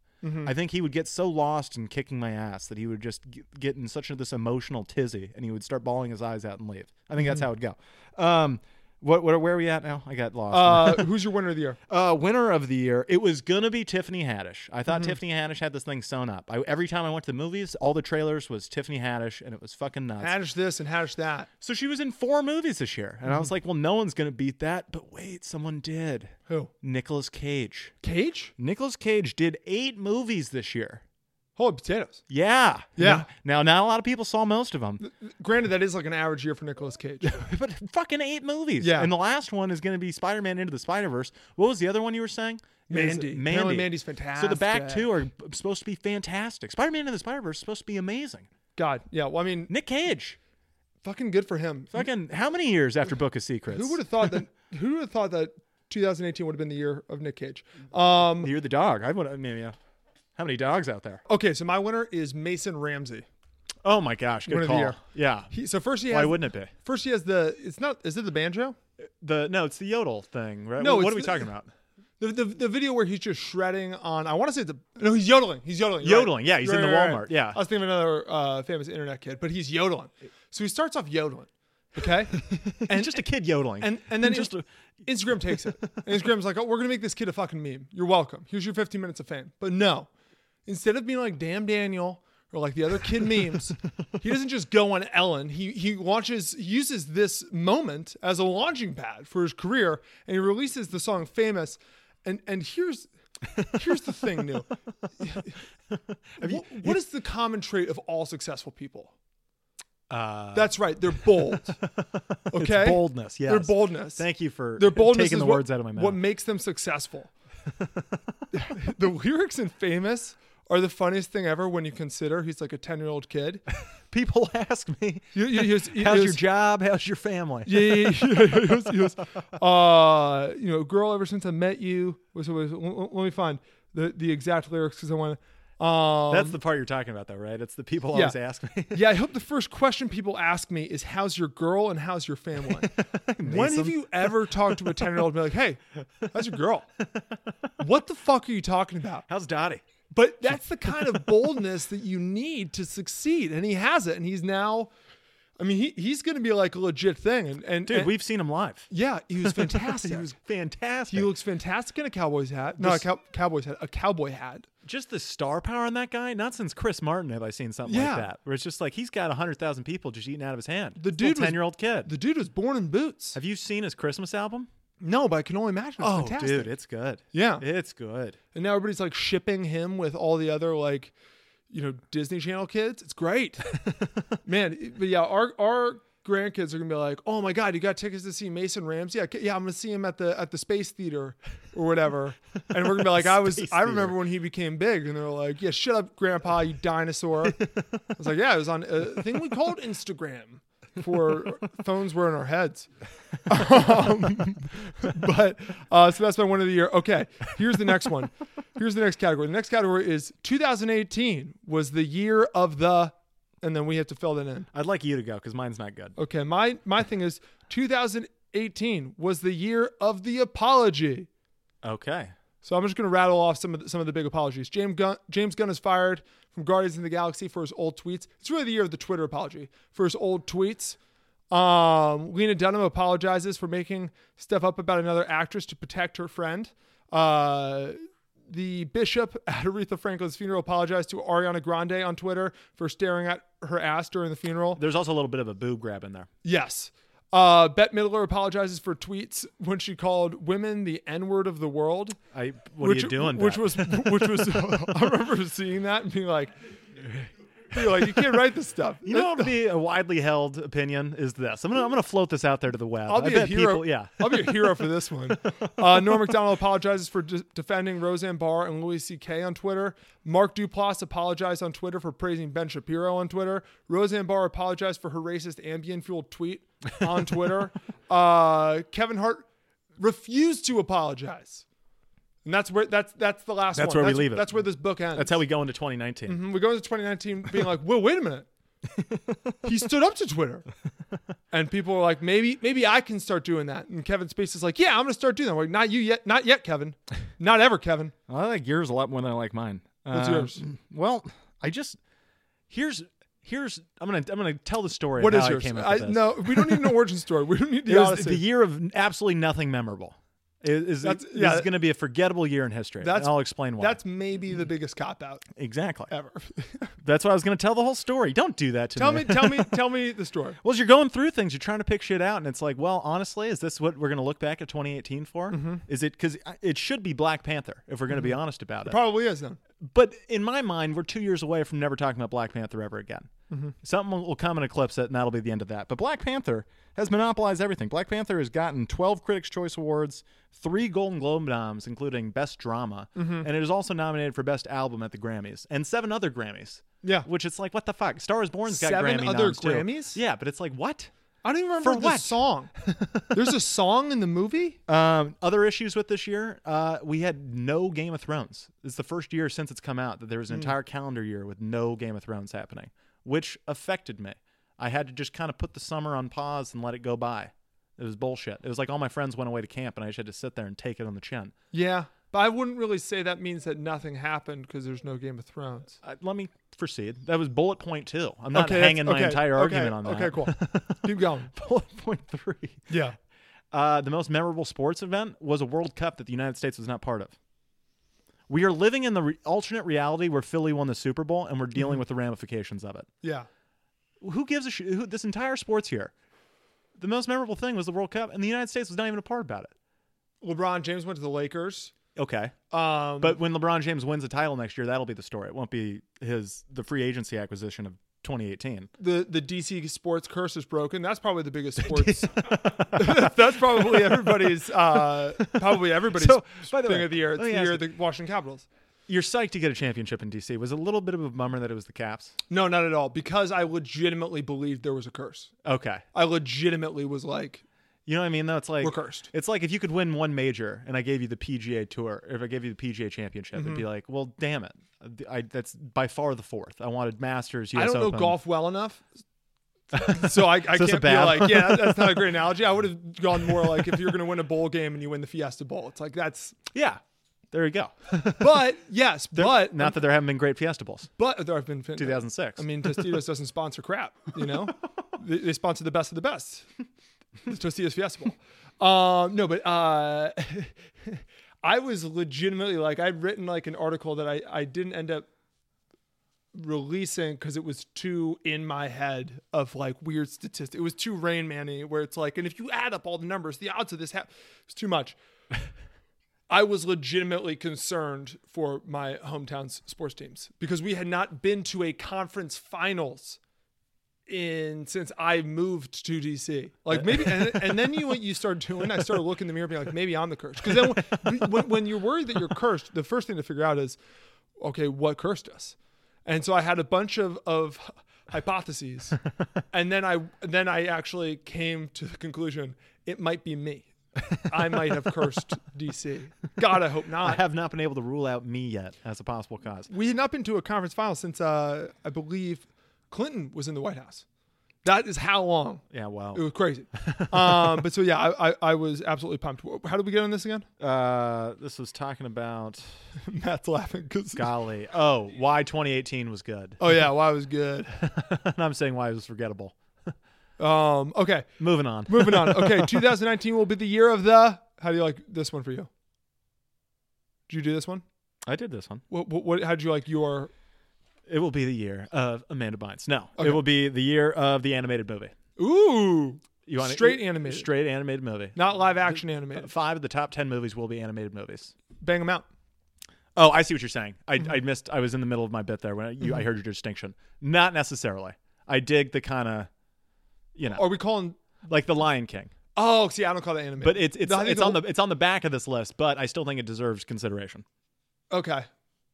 I think he would get so lost in kicking my ass that he would just g- get
Mm-hmm.
in such a, this emotional tizzy and he would start bawling his eyes out and leave. I think that's how it'd go. Um, What, what where are we at now? I got lost.
Uh, who's your winner of the year?
Uh, winner of the year. It was gonna be Tiffany Haddish. I
Mm-hmm.
thought Tiffany Haddish had this thing sewn up. I, every time I went to the movies, all the trailers was Tiffany Haddish, and it was fucking nuts.
Haddish this and Haddish that.
So she was in four movies this year, and I
Mm-hmm.
was like, well, no one's gonna beat that. But wait, someone did.
Who?
Nicolas Cage.
Cage?
Nicolas Cage did eight movies this year.
Holy potatoes.
Yeah.
Yeah.
Now, now not a lot of people saw most of them,
Granted, that is like an average year for Nicolas Cage.
but fucking eight movies.
Yeah.
And the last one is going to be Spider Man Into the Spider Verse. What was the other one you were saying? It was
Mandy. Apparently Mandy's fantastic.
So the back two are b- supposed to be fantastic. Spider Man Into the Spider Verse is supposed to be amazing.
God. Yeah. Well, I mean,
Nick Cage.
fucking good for him.
Fucking how many years after Book of Secrets?
Who would have thought that? Who would have thought that 2018 would have been the year of Nick Cage? Um,
You're the dog. I would. I mean, yeah. How many dogs out there?
okay, so my winner is Mason Ramsey.
Oh my gosh, good
Winner of the
call.
year.
Yeah.
He, so first he has
Why wouldn't it be?
first he has the it's not is it the banjo
The no, it's the yodel thing, right?
No,
what
it's
are we
the-
talking about?
the, the the video where he's just shredding on I want to say the no he's yodeling he's yodeling you're
Yodeling, yeah, he's
You're
in the
right,
Walmart, yeah.
I was thinking of another uh, famous internet kid but he's yodeling so he starts off yodeling okay
And just a kid yodeling.
and and then
just
in- Instagram takes it. And Instagram's like, oh, we're gonna make this kid a fucking meme. You're welcome. Here's your 15 minutes of fame. But no, instead of being like damn Daniel or like the other kid memes, he doesn't just go on Ellen. He he launches he uses this moment as a launching pad for his career, and he releases the song "Famous." And and here's here's the thing, new. Wh- what is the common trait of all successful people?
uh,
That's right, they're bold. Okay,
boldness,
Their
yes.
boldness.
Thank you for
Their boldness
taking
is
the
what-
words out of my mouth.
What makes them successful? the lyrics in "Famous" are the funniest thing ever when you consider he's like a ten-year-old kid.
people ask me,
You- you- you- you-
"How's
you-
your job? How's your family?"
Yeah, yeah, yeah, yeah, he was- he was, uh, you know, girl. Ever since I met you, was, was, let me find the, the exact lyrics because I want. to Um,
That's the part you're talking about, though, right? It's the people
yeah.
always ask me.
yeah, I hope the first question people ask me is how's your girl and how's your family? when have you ever talked to a 10 year old and be like, hey, how's your girl? What the fuck are you talking about?
How's Dottie?
But that's the kind of boldness that you need to succeed. And he has it. And he's now, I mean, he, he's going to be like a legit thing. And, and
Dude,
and-
we've seen him live.
yeah, he was fantastic.
He was fantastic.
He looks fantastic in a cowboy's hat. No, a cow- cowboy's hat, a cowboy hat.
just the star power on that guy. Not since Chris Martin have I seen something
Yeah.
like that, where it's just like he's got hundred thousand people just eating out of his hand.
The dude was-
ten year old kid.
The dude was born in boots.
have you seen his Christmas album?
No, but I can only imagine. It's
oh,
fantastic.
dude, it's good.
Yeah.
it's good.
and now everybody's like shipping him with all the other like you know disney channel kids it's great man it- but yeah our our grandkids are gonna be like oh my god you got tickets to see mason ramsey yeah, yeah i'm gonna see him at the at the space theater or whatever and we're gonna be like i was
Space
i remember
Theater.
when he became big and they're like yeah shut up grandpa you dinosaur i was like yeah it was on uh, a thing we called instagram before phones were in our heads um, but uh, so that's my one of the year. Okay, here's the next one. Here's the next category. The next category is 2018 was the year of the, and then we have to fill that in.
I'd like you to go because mine's not good.
Okay, my my thing is 2018 was the year of the apology.
Okay.
So I'm just gonna rattle off some of the, some of the big apologies. James Gunn, James Gunn is fired from Guardians of the Galaxy for his old tweets. It's really the year of the Twitter apology for his old tweets. Um, Lena Dunham apologizes for making stuff up about another actress to protect her friend. Uh, the bishop at Aretha Franklin's funeral apologized to Ariana Grande on Twitter for staring at her ass during the funeral.
There's also a little bit of a boob grab in there.
Yes. Uh, Bette Midler apologizes for tweets when she called women the N word of the world
I. What are you doing?
which
Beth?
was which was I remember seeing that and being like being like you can't write this stuff.
You know what would be a widely held opinion is this. I'm gonna I'm gonna float this out there to the web.
I'll
I
be a
bet
hero.
people yeah.
I'll be a hero for this one. Uh, Norm Macdonald apologizes for de- defending Roseanne Barr and Louis C.K. on Twitter. Mark Duplass apologized on Twitter for praising Ben Shapiro on Twitter. Roseanne Barr apologized for her racist ambient fueled tweet on Twitter. uh, Kevin Hart refused to apologize. And that's where that's that's the last
That's
one.
where we leave it.
That's where this book ends.
That's how we go into 2019.
we go into 2019 being like, well, wait a minute. he stood up to Twitter. And people are like, maybe, maybe I can start doing that. And Kevin Space is like, yeah, I'm gonna start doing that. We're like, not you yet, not yet, Kevin. Not ever, Kevin.
I like yours a lot more than I like mine.
What's
Uh,
yours?
Well, I just here's here's I'm gonna I'm gonna tell the story.
What
of
is
how
yours?
I came up
I,
with this.
no, we don't need an origin story. We don't need the
it was
Odyssey.
the year of absolutely nothing memorable. Is, is,
That's-
this
yeah.
is going to be a forgettable year in history?
That's-
and I'll explain why.
That's maybe the biggest cop out
exactly.
ever.
That's why I was going to tell the whole story. Don't do that to
tell me, tell me, tell me the story.
Well, as you're going through things, you're trying to pick shit out, and it's like, well, honestly, is this what we're going to look back at 2018 for?
Mm-hmm.
Is it because it should be Black Panther if we're going to be honest about it?
Probably is then.
but in my mind, we're two years away from never talking about Black Panther ever again.
Mm-hmm.
Something will will come and eclipse it, and that'll be the end of that. But Black Panther has monopolized everything. Black Panther has gotten 12 Critics' Choice Awards, three Golden Globe noms, including Best Drama,
Mm-hmm.
and it is also nominated for Best Album at the Grammys and seven other Grammys.
Yeah.
which it's like, what the fuck? Star is Born's got
Seven
Grammy
other
noms too.
Grammys?
Yeah, but it's like what?
I don't even
For
remember the
what?
song. There's a song in the movie.
Um, other issues with this year, uh, we had no Game of Thrones. It's the first year since it's come out that there
Hmm.
was an entire calendar year with no Game of Thrones happening, which affected me. I had to just kind of put the summer on pause and let it go by. It was bullshit. It was like all my friends went away to camp and I just had to sit there and take it on the chin.
Yeah, but I wouldn't really say that means that nothing happened because there's no Game of Thrones.
Uh, let me proceed. That was bullet point two. I'm not
Okay, that's-
hanging my
okay,
entire
okay,
argument on that.
Okay, cool. Keep going.
bullet point three.
Yeah.
Uh, the most memorable sports event was a World Cup that the United States was not part of. We are living in the re- alternate reality where Philly won the Super Bowl, and we're dealing with the ramifications of it.
Yeah.
Who gives a sh- who, this entire sports here? The most memorable thing was the World Cup, and the United States was not even a part about it.
LeBron James went to the Lakers.
Okay,
Um,
but when LeBron James wins a title next year, that'll be the story. It won't be his the free agency acquisition of 2018.
the the DC sports curse is broken. That's probably the biggest sports. that's probably everybody's. Uh, probably everybody's
So, by the
thing
way,
of the year. It's
let me
the
ask
year
you-
of the Washington Capitals.
You're psyched to get a championship in DC. It was a little bit of a bummer that it was the Caps.
No, not at all. Because I legitimately believed there was a curse.
Okay,
I legitimately was like,
You know what I mean? Though it's like
We're cursed.
It's like if you could win one major, and I gave you the PGA Tour, or if I gave you the PGA Championship,
Mm-hmm.
it'd be like, well, damn it, I, that's by far the fourth. I wanted Masters. US
I don't know
Open.
golf well enough. so I, I
So it's a
can't be
bad
like,
one.
yeah, that- that's not a great analogy. I would have gone more like if you're going to win a bowl game and you win the Fiesta Bowl. It's like that's,
Yeah, there you go.
but yes, but
Not that there haven't been great Fiesta Bowls.
but there have been
2006.
I mean, Tostitos doesn't sponsor crap. You know, they, they sponsor the best of the best. It's Tostitos Fiesta Bowl. Um, no, but uh, I was legitimately like, I'd written like an article that I I didn't end up releasing because it was too in my head of like weird statistics. It was too Rain Manny, where it's like, and if you add up all the numbers, the odds of this hap it's too much. I was legitimately concerned for my hometown's sports teams because we had not been to a conference finals in since I moved to DC. Like maybe, and, and then you what you started doing. I started looking in the mirror, being like, maybe I'm the curse. Because then when- when, when you're worried that you're cursed, the first thing to figure out is, okay, what cursed us? And so I had a bunch of of hypotheses, and then I then I actually came to the conclusion it might be me. I might have cursed DC. God, I hope
I
not.
have not been able to rule out me yet as a possible cause.
we had not been to a conference final since uh, I believe Clinton was in the White House. That is how long.
Yeah,
It
well,
was crazy. um, but so yeah, I, I, I was absolutely pumped. How did we get on this again?
uh, this was talking about
Matt's laughing because
golly. Oh, why 2018 was good,
oh yeah, well, I was good.
and I'm saying why it was forgettable.
Um, okay,
Moving on.
moving on. Okay, 2019 will be the year of the. How do you like this one for you? Did you do this one?
I did this one.
What, what, what how'd you like your?
It will be the year of Amanda Bynes. No,
Okay.
it will be the year of the animated movie.
Ooh,
You want
Straight animated.
straight animated movie.
not live action animated.
Five of the top ten movies will be animated movies.
Bang them out.
Oh, I see what you're saying. I,
Mm-hmm.
I missed. I was in the middle of my bit there when I, you, I heard your distinction. Not necessarily. I dig the kind of, you know,
Are we calling?
like the Lion King.
Oh, see, I don't call that animated.
But it's it's
No, I think
it's on the it's on the back of this list. But I still think it deserves consideration.
Okay,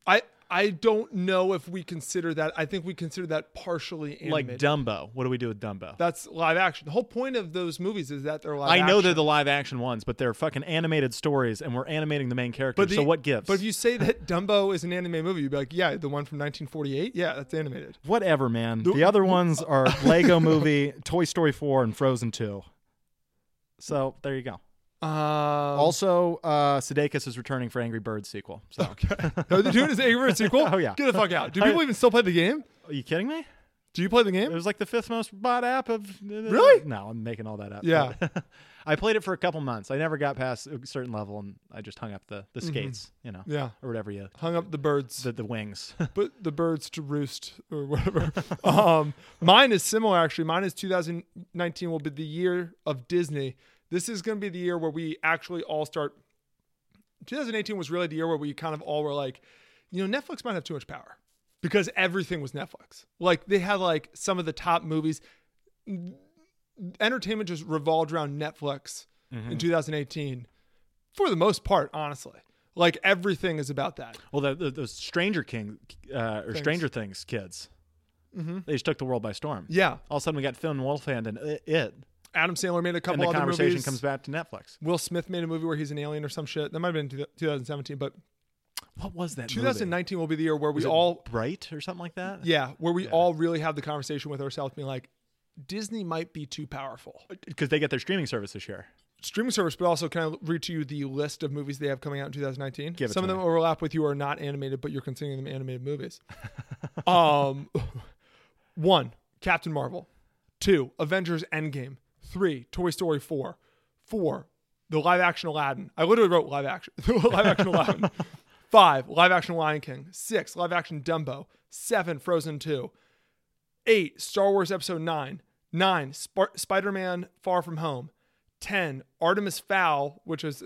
I I don't know if we consider that. I think we consider that partially animated.
Like Dumbo. What do we do with Dumbo?
That's live action. The whole point of those movies is that they're live.
I know
action.
they're the live action ones, but they're fucking animated stories, and we're animating the main character.
the-
so what gives?
But if you say that Dumbo is an anime movie, you'd be like, yeah, the one from 1948. Yeah, that's animated.
whatever, man. The, other
uh,
ones are Lego Movie, Toy Story 4, and Frozen 2. So there you go.
Um,
Also, uh, Sudeikis is returning for Angry Birds sequel. So,
no, they're doing is a sequel.
Oh, yeah.
get the fuck out. Do people even still play the game?
are you kidding me?
Do you play the
It
game?
was like the fifth most bought app of. uh,
Really?
No, I'm making all that up.
Yeah.
But I played it for a couple months. I never got past a certain level, and I just hung up the, the skates, you know,
Mm-hmm. Yeah.
or whatever you
Hung up the birds.
the, the wings.
put the birds to roost or whatever. um, mine is similar actually. Mine is 2019 will be the year of Disney. This is going to be the year where we actually all start. 2018 was really the year where we kind of all were like, you know, Netflix might have too much power because everything was Netflix. Like they had like some of the top movies. Entertainment just revolved around Netflix in 2018 for the most part, honestly. Like everything is about that.
well, the, the, those Stranger King uh, or Stranger Things kids,
Mm-hmm.
they just took the world by storm.
Yeah.
All of a sudden, we got Finn Wolfhand and it, it
Adam Sandler made a
and
couple
the
other
conversation
movies.
comes back to Netflix.
Will Smith made a movie where he's an alien or some shit. That might have been two- 2017, but
What was that? movie?
2019 will be the year where we
Was it
all,
Bright or something like that.
yeah, where we all really have the conversation with ourselves, being like, Disney might be too powerful.
because they get their streaming service this year.
Streaming service, but also can I read to you the list of movies they have coming out in 2019?
Give it
some
to
of them
me.
overlap with you are not animated, but you're considering them animated movies. um, one, Captain Marvel. Two, Avengers Endgame. Three, Toy Story 4. Four, the live action Aladdin. I literally wrote live action, live action Aladdin. Five, live action Lion King. Six, live action Dumbo. Seven, Frozen 2. Eight, Star Wars Episode 9. Nine, Spar- Spider Man Far From Home. 10 artemis fowl which is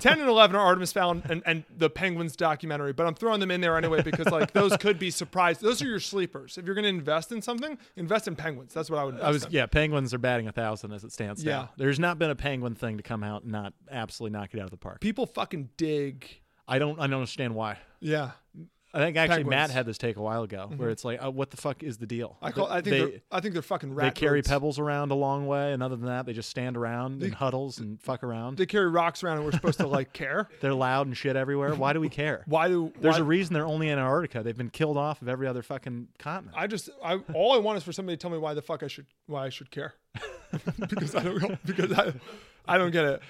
10 and 11 are artemis fowl and, and, the penguins documentary but i'm throwing them in there anyway because like those could be surprised those are your sleepers if you're going to invest in something invest in penguins that's what i would invest
I was
in.
yeah. Penguins are batting a thousand as it stands.
Yeah.
now. there's not been a penguin thing to come out and not absolutely knock it out of the park.
people fucking dig
I don't. I don't understand why.
yeah
I think actually
Penguins. Mm-hmm.
Matt had this take a while ago, where it's like, oh, what the fuck is the deal?
i call i think
they
they, are i think they're fucking
they
rat
carry
birds.
pebbles around a long way, and other than that, they just stand around in huddles and fuck around.
they carry rocks around and we're supposed to like care
They're loud and shit everywhere. Why do we care?
why do
There's
why,
a reason they're only in Antarctica. They've been killed off of every other fucking continent.
I just I all I want is for somebody to tell me why the fuck I should why I should care. because I don't because I I don't get it.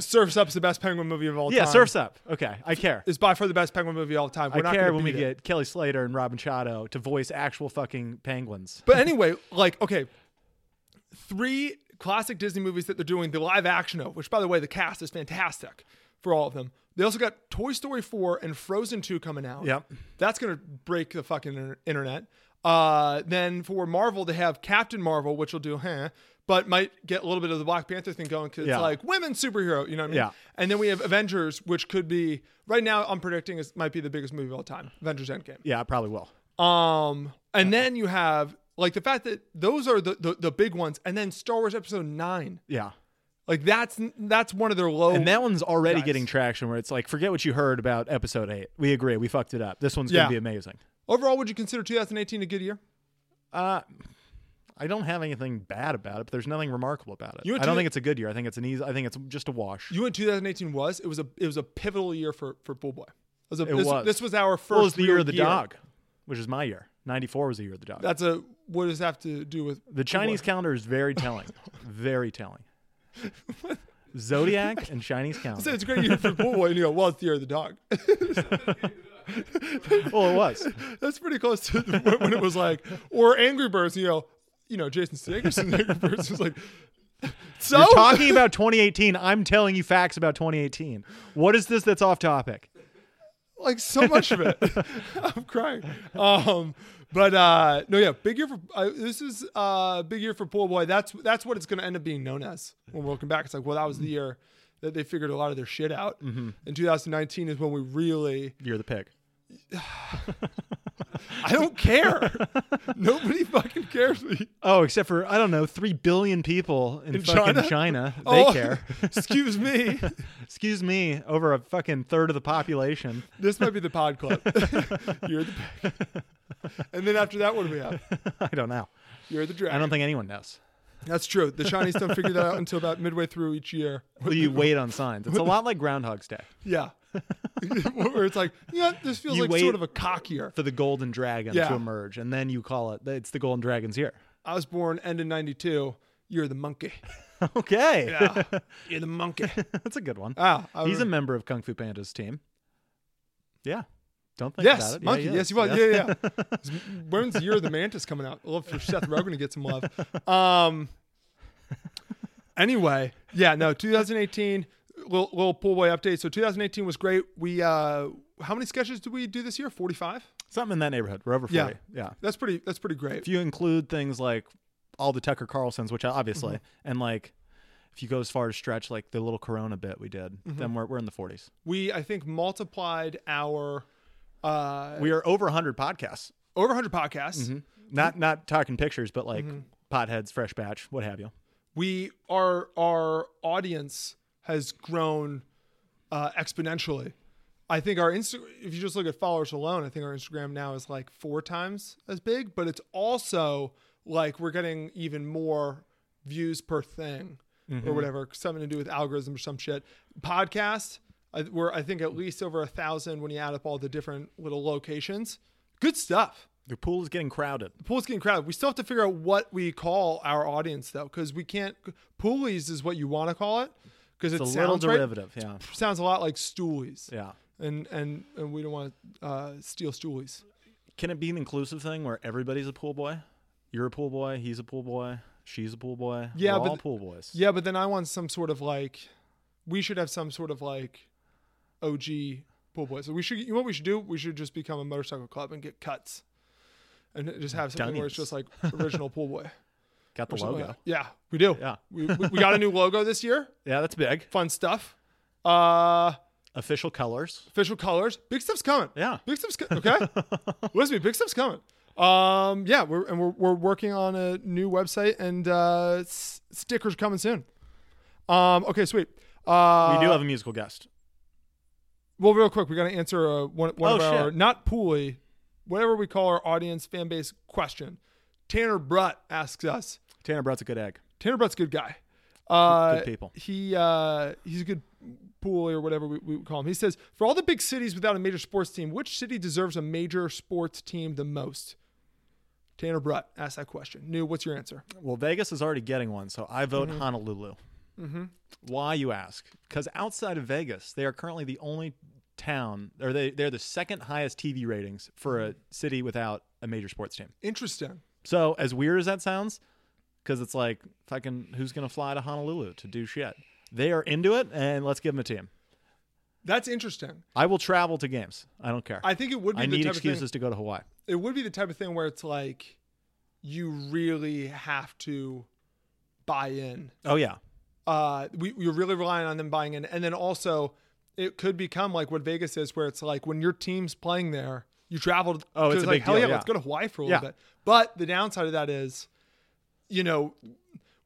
Surf's Up's the best penguin movie of all
yeah,
time.
Surf's Up. Okay, I care.
is by far the best penguin movie of all time. We're
I
not
care
gonna
when we
beat it.
get Kelly Slater and Robin Chotto to voice actual fucking penguins.
But anyway, like okay, three classic Disney movies that they're doing the live action of, which by the way the cast is fantastic for all of them. They also got Toy Story 4 and Frozen 2 coming out.
Yep.
That's going to break the fucking inter- internet. Uh, then for Marvel, they have Captain Marvel, which will do, huh, but might get a little bit of the Black Panther thing going because
Yeah.
it's like women superhero, you know what I mean?
Yeah.
And then we have Avengers, which could be, right now, I'm predicting is might be the biggest movie of all time Avengers Endgame.
yeah, I probably will.
Um, and then you have like the fact that those are the, the the big ones, and then Star Wars Episode Nine,
Yeah.
like that's that's one of their low.
And that one's already
Guys.
getting traction where it's like, forget what you heard about episode eight. We agree. We fucked it up. This one's
Yeah.
going to be amazing.
Overall, would you consider 2018 a good year?
Uh, I don't have anything bad about it, but there's nothing remarkable about it.
You
I
went
don't
to-
think it's a good year. I think it's an easy. I think it's just a wash.
You know what 2018 was? It was a it was a pivotal year for for Bull Boy. It was a,
It
this,
was.
this was our first.
well, it was the year
real
of the dog, which is my year. '94 was the year of the dog.
That's a what does that have to do with
the Chinese calendar is very telling. very telling. Zodiac and Chinese
So
calendar.
it's a great year for Bull Boy, and you go, well, it's the year of the dog.
well, it was.
That's pretty close to the, when- when it was like, or Angry Birds. You know, you know, Jason Statham in Angry Birds was like. So
You're talking about 2018. I'm telling you facts about 2018. What is this that's off topic?
like so much of it. I'm crying. Um, but uh, no, yeah, big year for uh, this is uh, big year for Pool Boy. That's that's what it's going to end up being known as when we're looking back. It's like, well, that was the year that they figured a lot of their shit out. And 2019 is when we really.
You're the pig.
I don't care. Nobody fucking cares. They
Oh, except for I don't know, three billion people in, fucking China. Oh. They care.
Oh, Excuse me.
Excuse me, over a fucking third of the population.
This might be the pod club. You're the pig. And then after that, what do we have?
I don't know.
You're the dragon.
I don't think anyone knows.
That's true. The Chinese don't figure that out until about midway through each year.
Well, you wait on signs. It's a lot like Groundhog's Day
Yeah. Where it's like, yeah, this feels
You
like
wait-
sort of a cock year.
for the golden dragon
Yeah.
to emerge, and then you call it. It's the golden dragon's year.
I was born end of 92. You're the monkey.
Okay,
Yeah. You're the monkey.
that's a good one.
Ah, I
He's a
remember-
member of Kung Fu Panda's team. Yeah, Don't think about
Yes,
it. Yeah,
monkey.
he
yes,
is.
he was. Yeah, yeah. yeah. When's the year of the mantis coming out? I love for Seth Rogen to get some love. Um. Anyway, yeah, no. 2018, little, little pool boy update. So 2018 was great. We uh, how many sketches did we do this year? 45.
Something in that neighborhood. We're over 40.
Yeah.
Yeah.
That's pretty. That's pretty great.
If you include things like all the Tucker Carlsons, which I obviously,
Mm-hmm.
and like if you go as far as stretch like the little Corona bit we did,
Mm-hmm.
then we're, we're in the 40s.
We I think multiplied our uh
We are over 100 podcasts.
over 100 podcasts.
Mm-hmm.
Mm-hmm.
Not not talking pictures, but like potheads, fresh batch, what have you.
we our our audience has grown uh, exponentially. I think our Insta- if you just look at followers alone, I think our Instagram now is like four times as big, but it's also like we're getting even more views per thing or whatever, something to do with algorithm or some shit. Podcast, I, we're I think at least over a thousand when you add up all the different little locations. Good stuff
The pool is getting crowded.
pool's getting crowded. We still have to figure out what we call our audience though, because we can't. Poolies is what you want to call it, because it
It's a little
sounds right-
derivative. Yeah.
sounds a lot like stoolies.
Yeah.
And and and we don't want to uh, steal stoolies.
Can it be an inclusive thing where everybody's a pool boy? You're a pool boy. He's a pool boy. She's a pool boy.
Yeah,
we're
but
all
th-
pool boys.
Yeah, but then I want some sort of like, we should have some sort of like, OG pool boy. So we should. You know what we should do? We should just become a motorcycle club and get cuts, and just have something where it's
Dunnies.
just like original pool boy.
Got the
or something
logo.
like that. Yeah, we do.
Yeah.
we, we we got a new logo this year.
Yeah, that's big.
Fun stuff. Uh,
Official colors.
official colors. Big stuff's coming.
Yeah.
Big stuff's co- okay. Listen, to me, big stuff's coming. Um, yeah, we're and we're, we're working on a new website and uh, s- stickers coming soon. Um, okay, sweet. Uh,
we do have a musical guest.
Well, real quick, we got to answer uh, one, one
Oh,
of our
shit.
not pooly, whatever we call our audience fan base question. Tanner Brutt asks us.
Tanner Brought's a good egg.
Tanner Brutt's a good guy. Uh,
Good people.
He uh, he's a good pool or whatever we, we call him. He says, for all the big cities without a major sports team, which city deserves a major sports team the most? Tanner Brutt asked that question. New, what's your answer?
Well, Vegas is already getting one, so I vote
Mm-hmm.
Honolulu. Why you ask? Because outside of Vegas, they are currently the only town, or they they're the second highest TV ratings for
Mm-hmm.
a city without a major sports team.
Interesting.
So as weird as that sounds, because it's like fucking who's gonna fly to Honolulu to do shit? They are into it, and let's give them a team.
That's interesting.
I will travel to games. I don't care.
I think it would be
I
the
need
type
excuses
of
to go to Hawaii.
thing. It would be the type of thing where it's like you really have to buy in
Oh yeah,
uh, we, you're really relying on them buying in. And then also, it could become like what Vegas is, where it's like when your team's playing there, you travel.
Oh, it's
to
a
like,
big
hell
deal,
yeah,
yeah.
let's go to Hawaii for a little
Yeah.
bit. But the downside of that is, you know,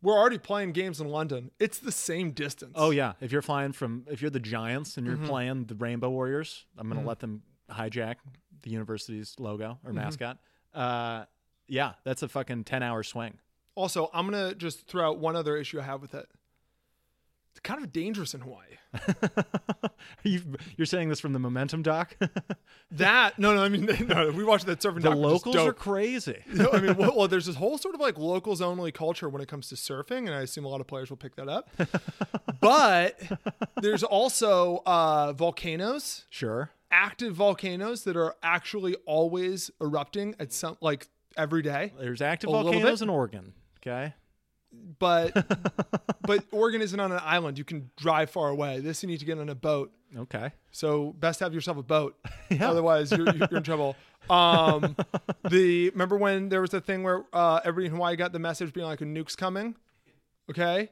we're already playing games in London. It's the same distance.
Oh yeah, if you're flying from if you're the Giants and you're
Mm-hmm.
playing the Rainbow Warriors, I'm gonna let them hijack the university's logo
Mm-hmm.
or mascot. Uh, yeah, that's a fucking ten hour swing.
Also, I'm gonna just throw out one other issue I have with it. It's kind of dangerous in Hawaii.
you you're saying this from the Momentum doc.
That no, no, I mean no. We watched that surfing.
the
doc, which is
locals
dope.
are crazy.
You know, I mean, well, well, there's this whole sort of like locals only culture when it comes to surfing, and I assume a lot of players will pick that up. but there's also uh, volcanoes,
Sure.
active volcanoes that are actually always erupting at some like every day.
There's active
A little
volcanoes
bit.
in Oregon. Okay.
But but Oregon isn't on an island; you can drive far away. This you need to get on a boat.
Okay.
So best have yourself a boat. Otherwise, you're, you're in trouble. Um, the remember when there was a thing where uh, everybody in Hawaii got the message being like a nuke's coming. Okay,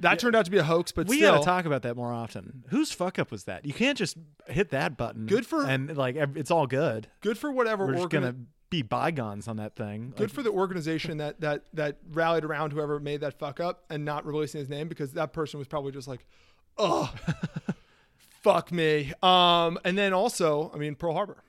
that turned out to be a hoax, but
We
still,
gotta talk about that more often. Whose fuck up was that? You can't just hit that button.
Good for-
and like ev- it's all good.
good for whatever
We're just
organ-
gonna be bygones on that thing.
Good for the organization that that that rallied around whoever made that fuck up and not releasing his name because that person was probably just like, oh, fuck me. Um, and then also, I mean, Pearl Harbor.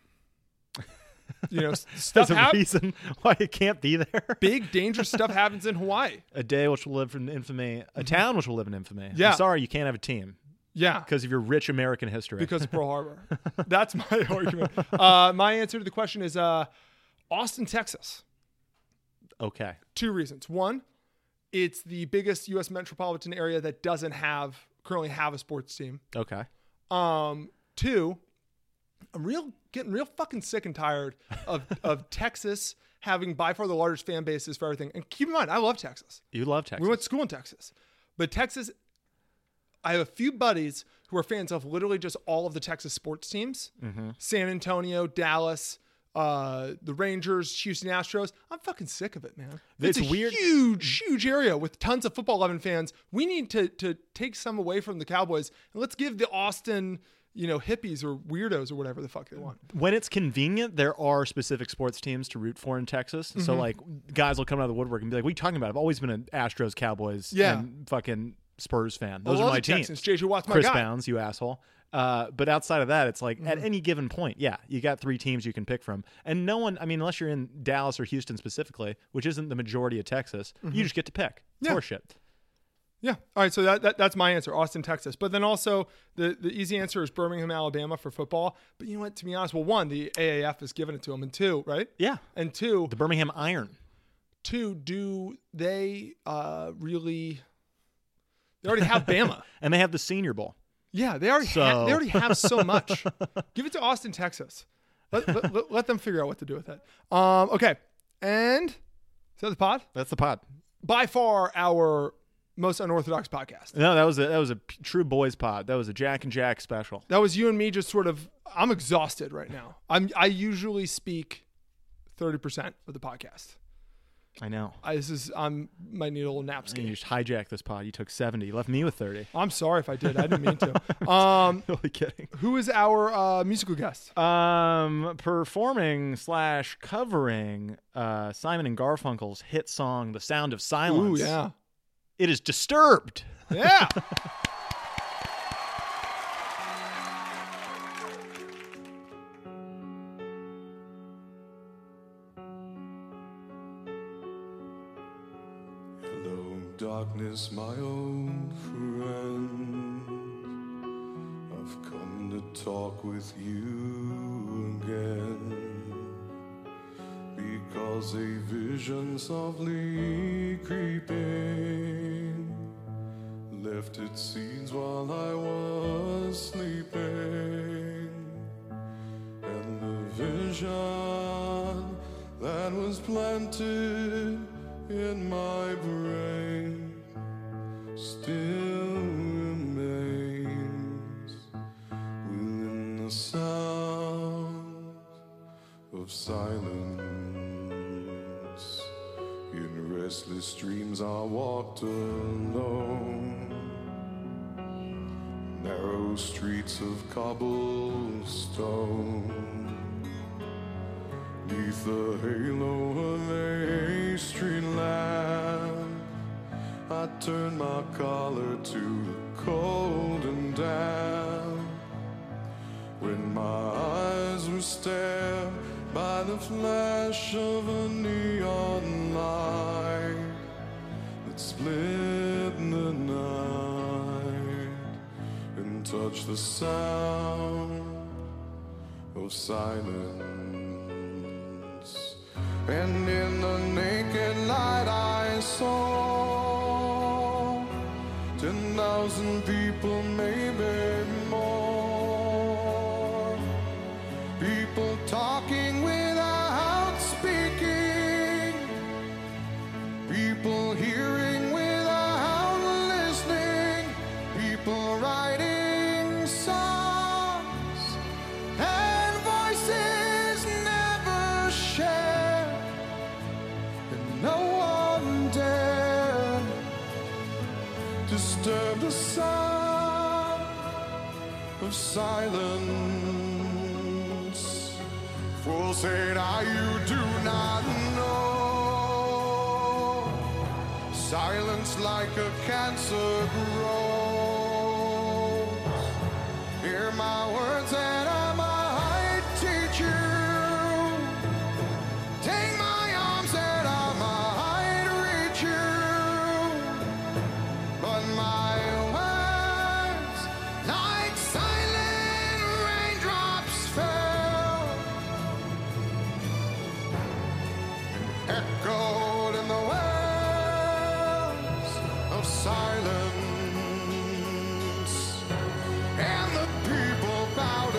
You know, s- stuff
There's a
hap-
reason why it can't be there.
big dangerous stuff happens in Hawaii.
a day which will live in infamy, a town which will live in infamy.
Mm-hmm. Yeah.
I'm sorry, you can't have a team
Yeah.
because of your rich American history.
because of Pearl Harbor. That's my argument. Uh, my answer to the question is uh, Austin, Texas.
okay,
Two reasons. One, it's the biggest U.S. metropolitan area that doesn't have currently have a sports team.
okay,
Um, two, I'm real getting real fucking sick and tired of of Texas having by far the largest fan bases for everything. And keep in mind, I love Texas.
You love Texas.
We went to school in Texas, but Texas. I have a few buddies who are fans of literally just all of the Texas sports teams:
Mm-hmm.
San Antonio, Dallas, uh, the Rangers, Houston Astros. I'm fucking sick of it, man. It's,
It's
a
weird-
huge, huge area with tons of football loving fans. We need to to take some away from the Cowboys and let's give the Austin, you know, hippies or weirdos or whatever the fuck
Mm.
they want.
when it's convenient, there are specific sports teams to root for in Texas. So
Mm-hmm.
like guys will come out of the woodwork and be like, "What are you talking about? I've always been an Astros, Cowboys,
Yeah.
and fucking Spurs fan. Those
love
are my
the
teams."
Texans. JJ Watt's my
Chris
guy. Mm-hmm.
Bounds, you asshole. Uh, but outside of that, it's like at any given point, yeah, you got three teams you can pick from, and no one. I mean, unless you're in Dallas or Houston specifically, which isn't the majority of Texas, you just get to pick.
Mm-hmm. Yeah.
Horseshit.
Yeah. All right. So that, that that's my answer, Austin, Texas. But then also the, the easy answer is Birmingham, Alabama for football. But you know what? To be honest, well, one, the AAF is giving it to them, and two, right?
Yeah.
And two,
The Birmingham Iron.
two, do they uh, really? They already have Bama.
And they have the Senior Bowl.
Yeah, they already ha- they
So-
already have so much. Give it to Austin, Texas. Let, let, let- let them figure out what to do with it. Um. Okay. And is that the pod?
That's the pod.
By far our most unorthodox podcast.
No, that was a that was a p- true boys pod. That was a Jack and Jack special.
that was you and me just sort of i'm exhausted right now i'm i usually speak 30% of the podcast
I know.
I, this is i'm my needle naps
And you
game
just hijacked this pod. You took 70. You left me with 30.
i'm sorry if i did i didn't mean to um
Totally kidding.
who is our uh musical guest
Um, performing slash covering uh, Simon and Garfunkel's hit song, The Sound of
ooh
Silence.
yeah
It is disturbed.
yeah
Hello, darkness, my old friend. I've come to talk with you again. Because a vision softly creeping left its seeds while I was sleeping and the vision that was planted in my brain still remains within the sound of silence. In restless dreams, I walked alone narrow streets of cobblestone. Neath the halo of a street lamp, I turned my collar to the cold and damp. When my eyes were stared by the flash of a neon light that split the night and touch the sound of silence. And in the naked light I saw ten thousand people, maybe more. People talking without speaking. People hearing without listening. People writing songs and voices never shared. And no one dared disturb the sound of silence. For said I, you do not know. Silence like a cancer grows. Hear my words and I might teach you. Take my arms and I might reach you. But my words, like silent raindrops fell. echoed in the wells of silence. And the people bowed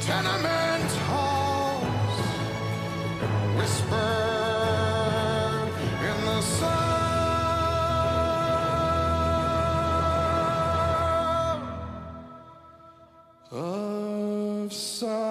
tenement halls whisper in the sun of silence.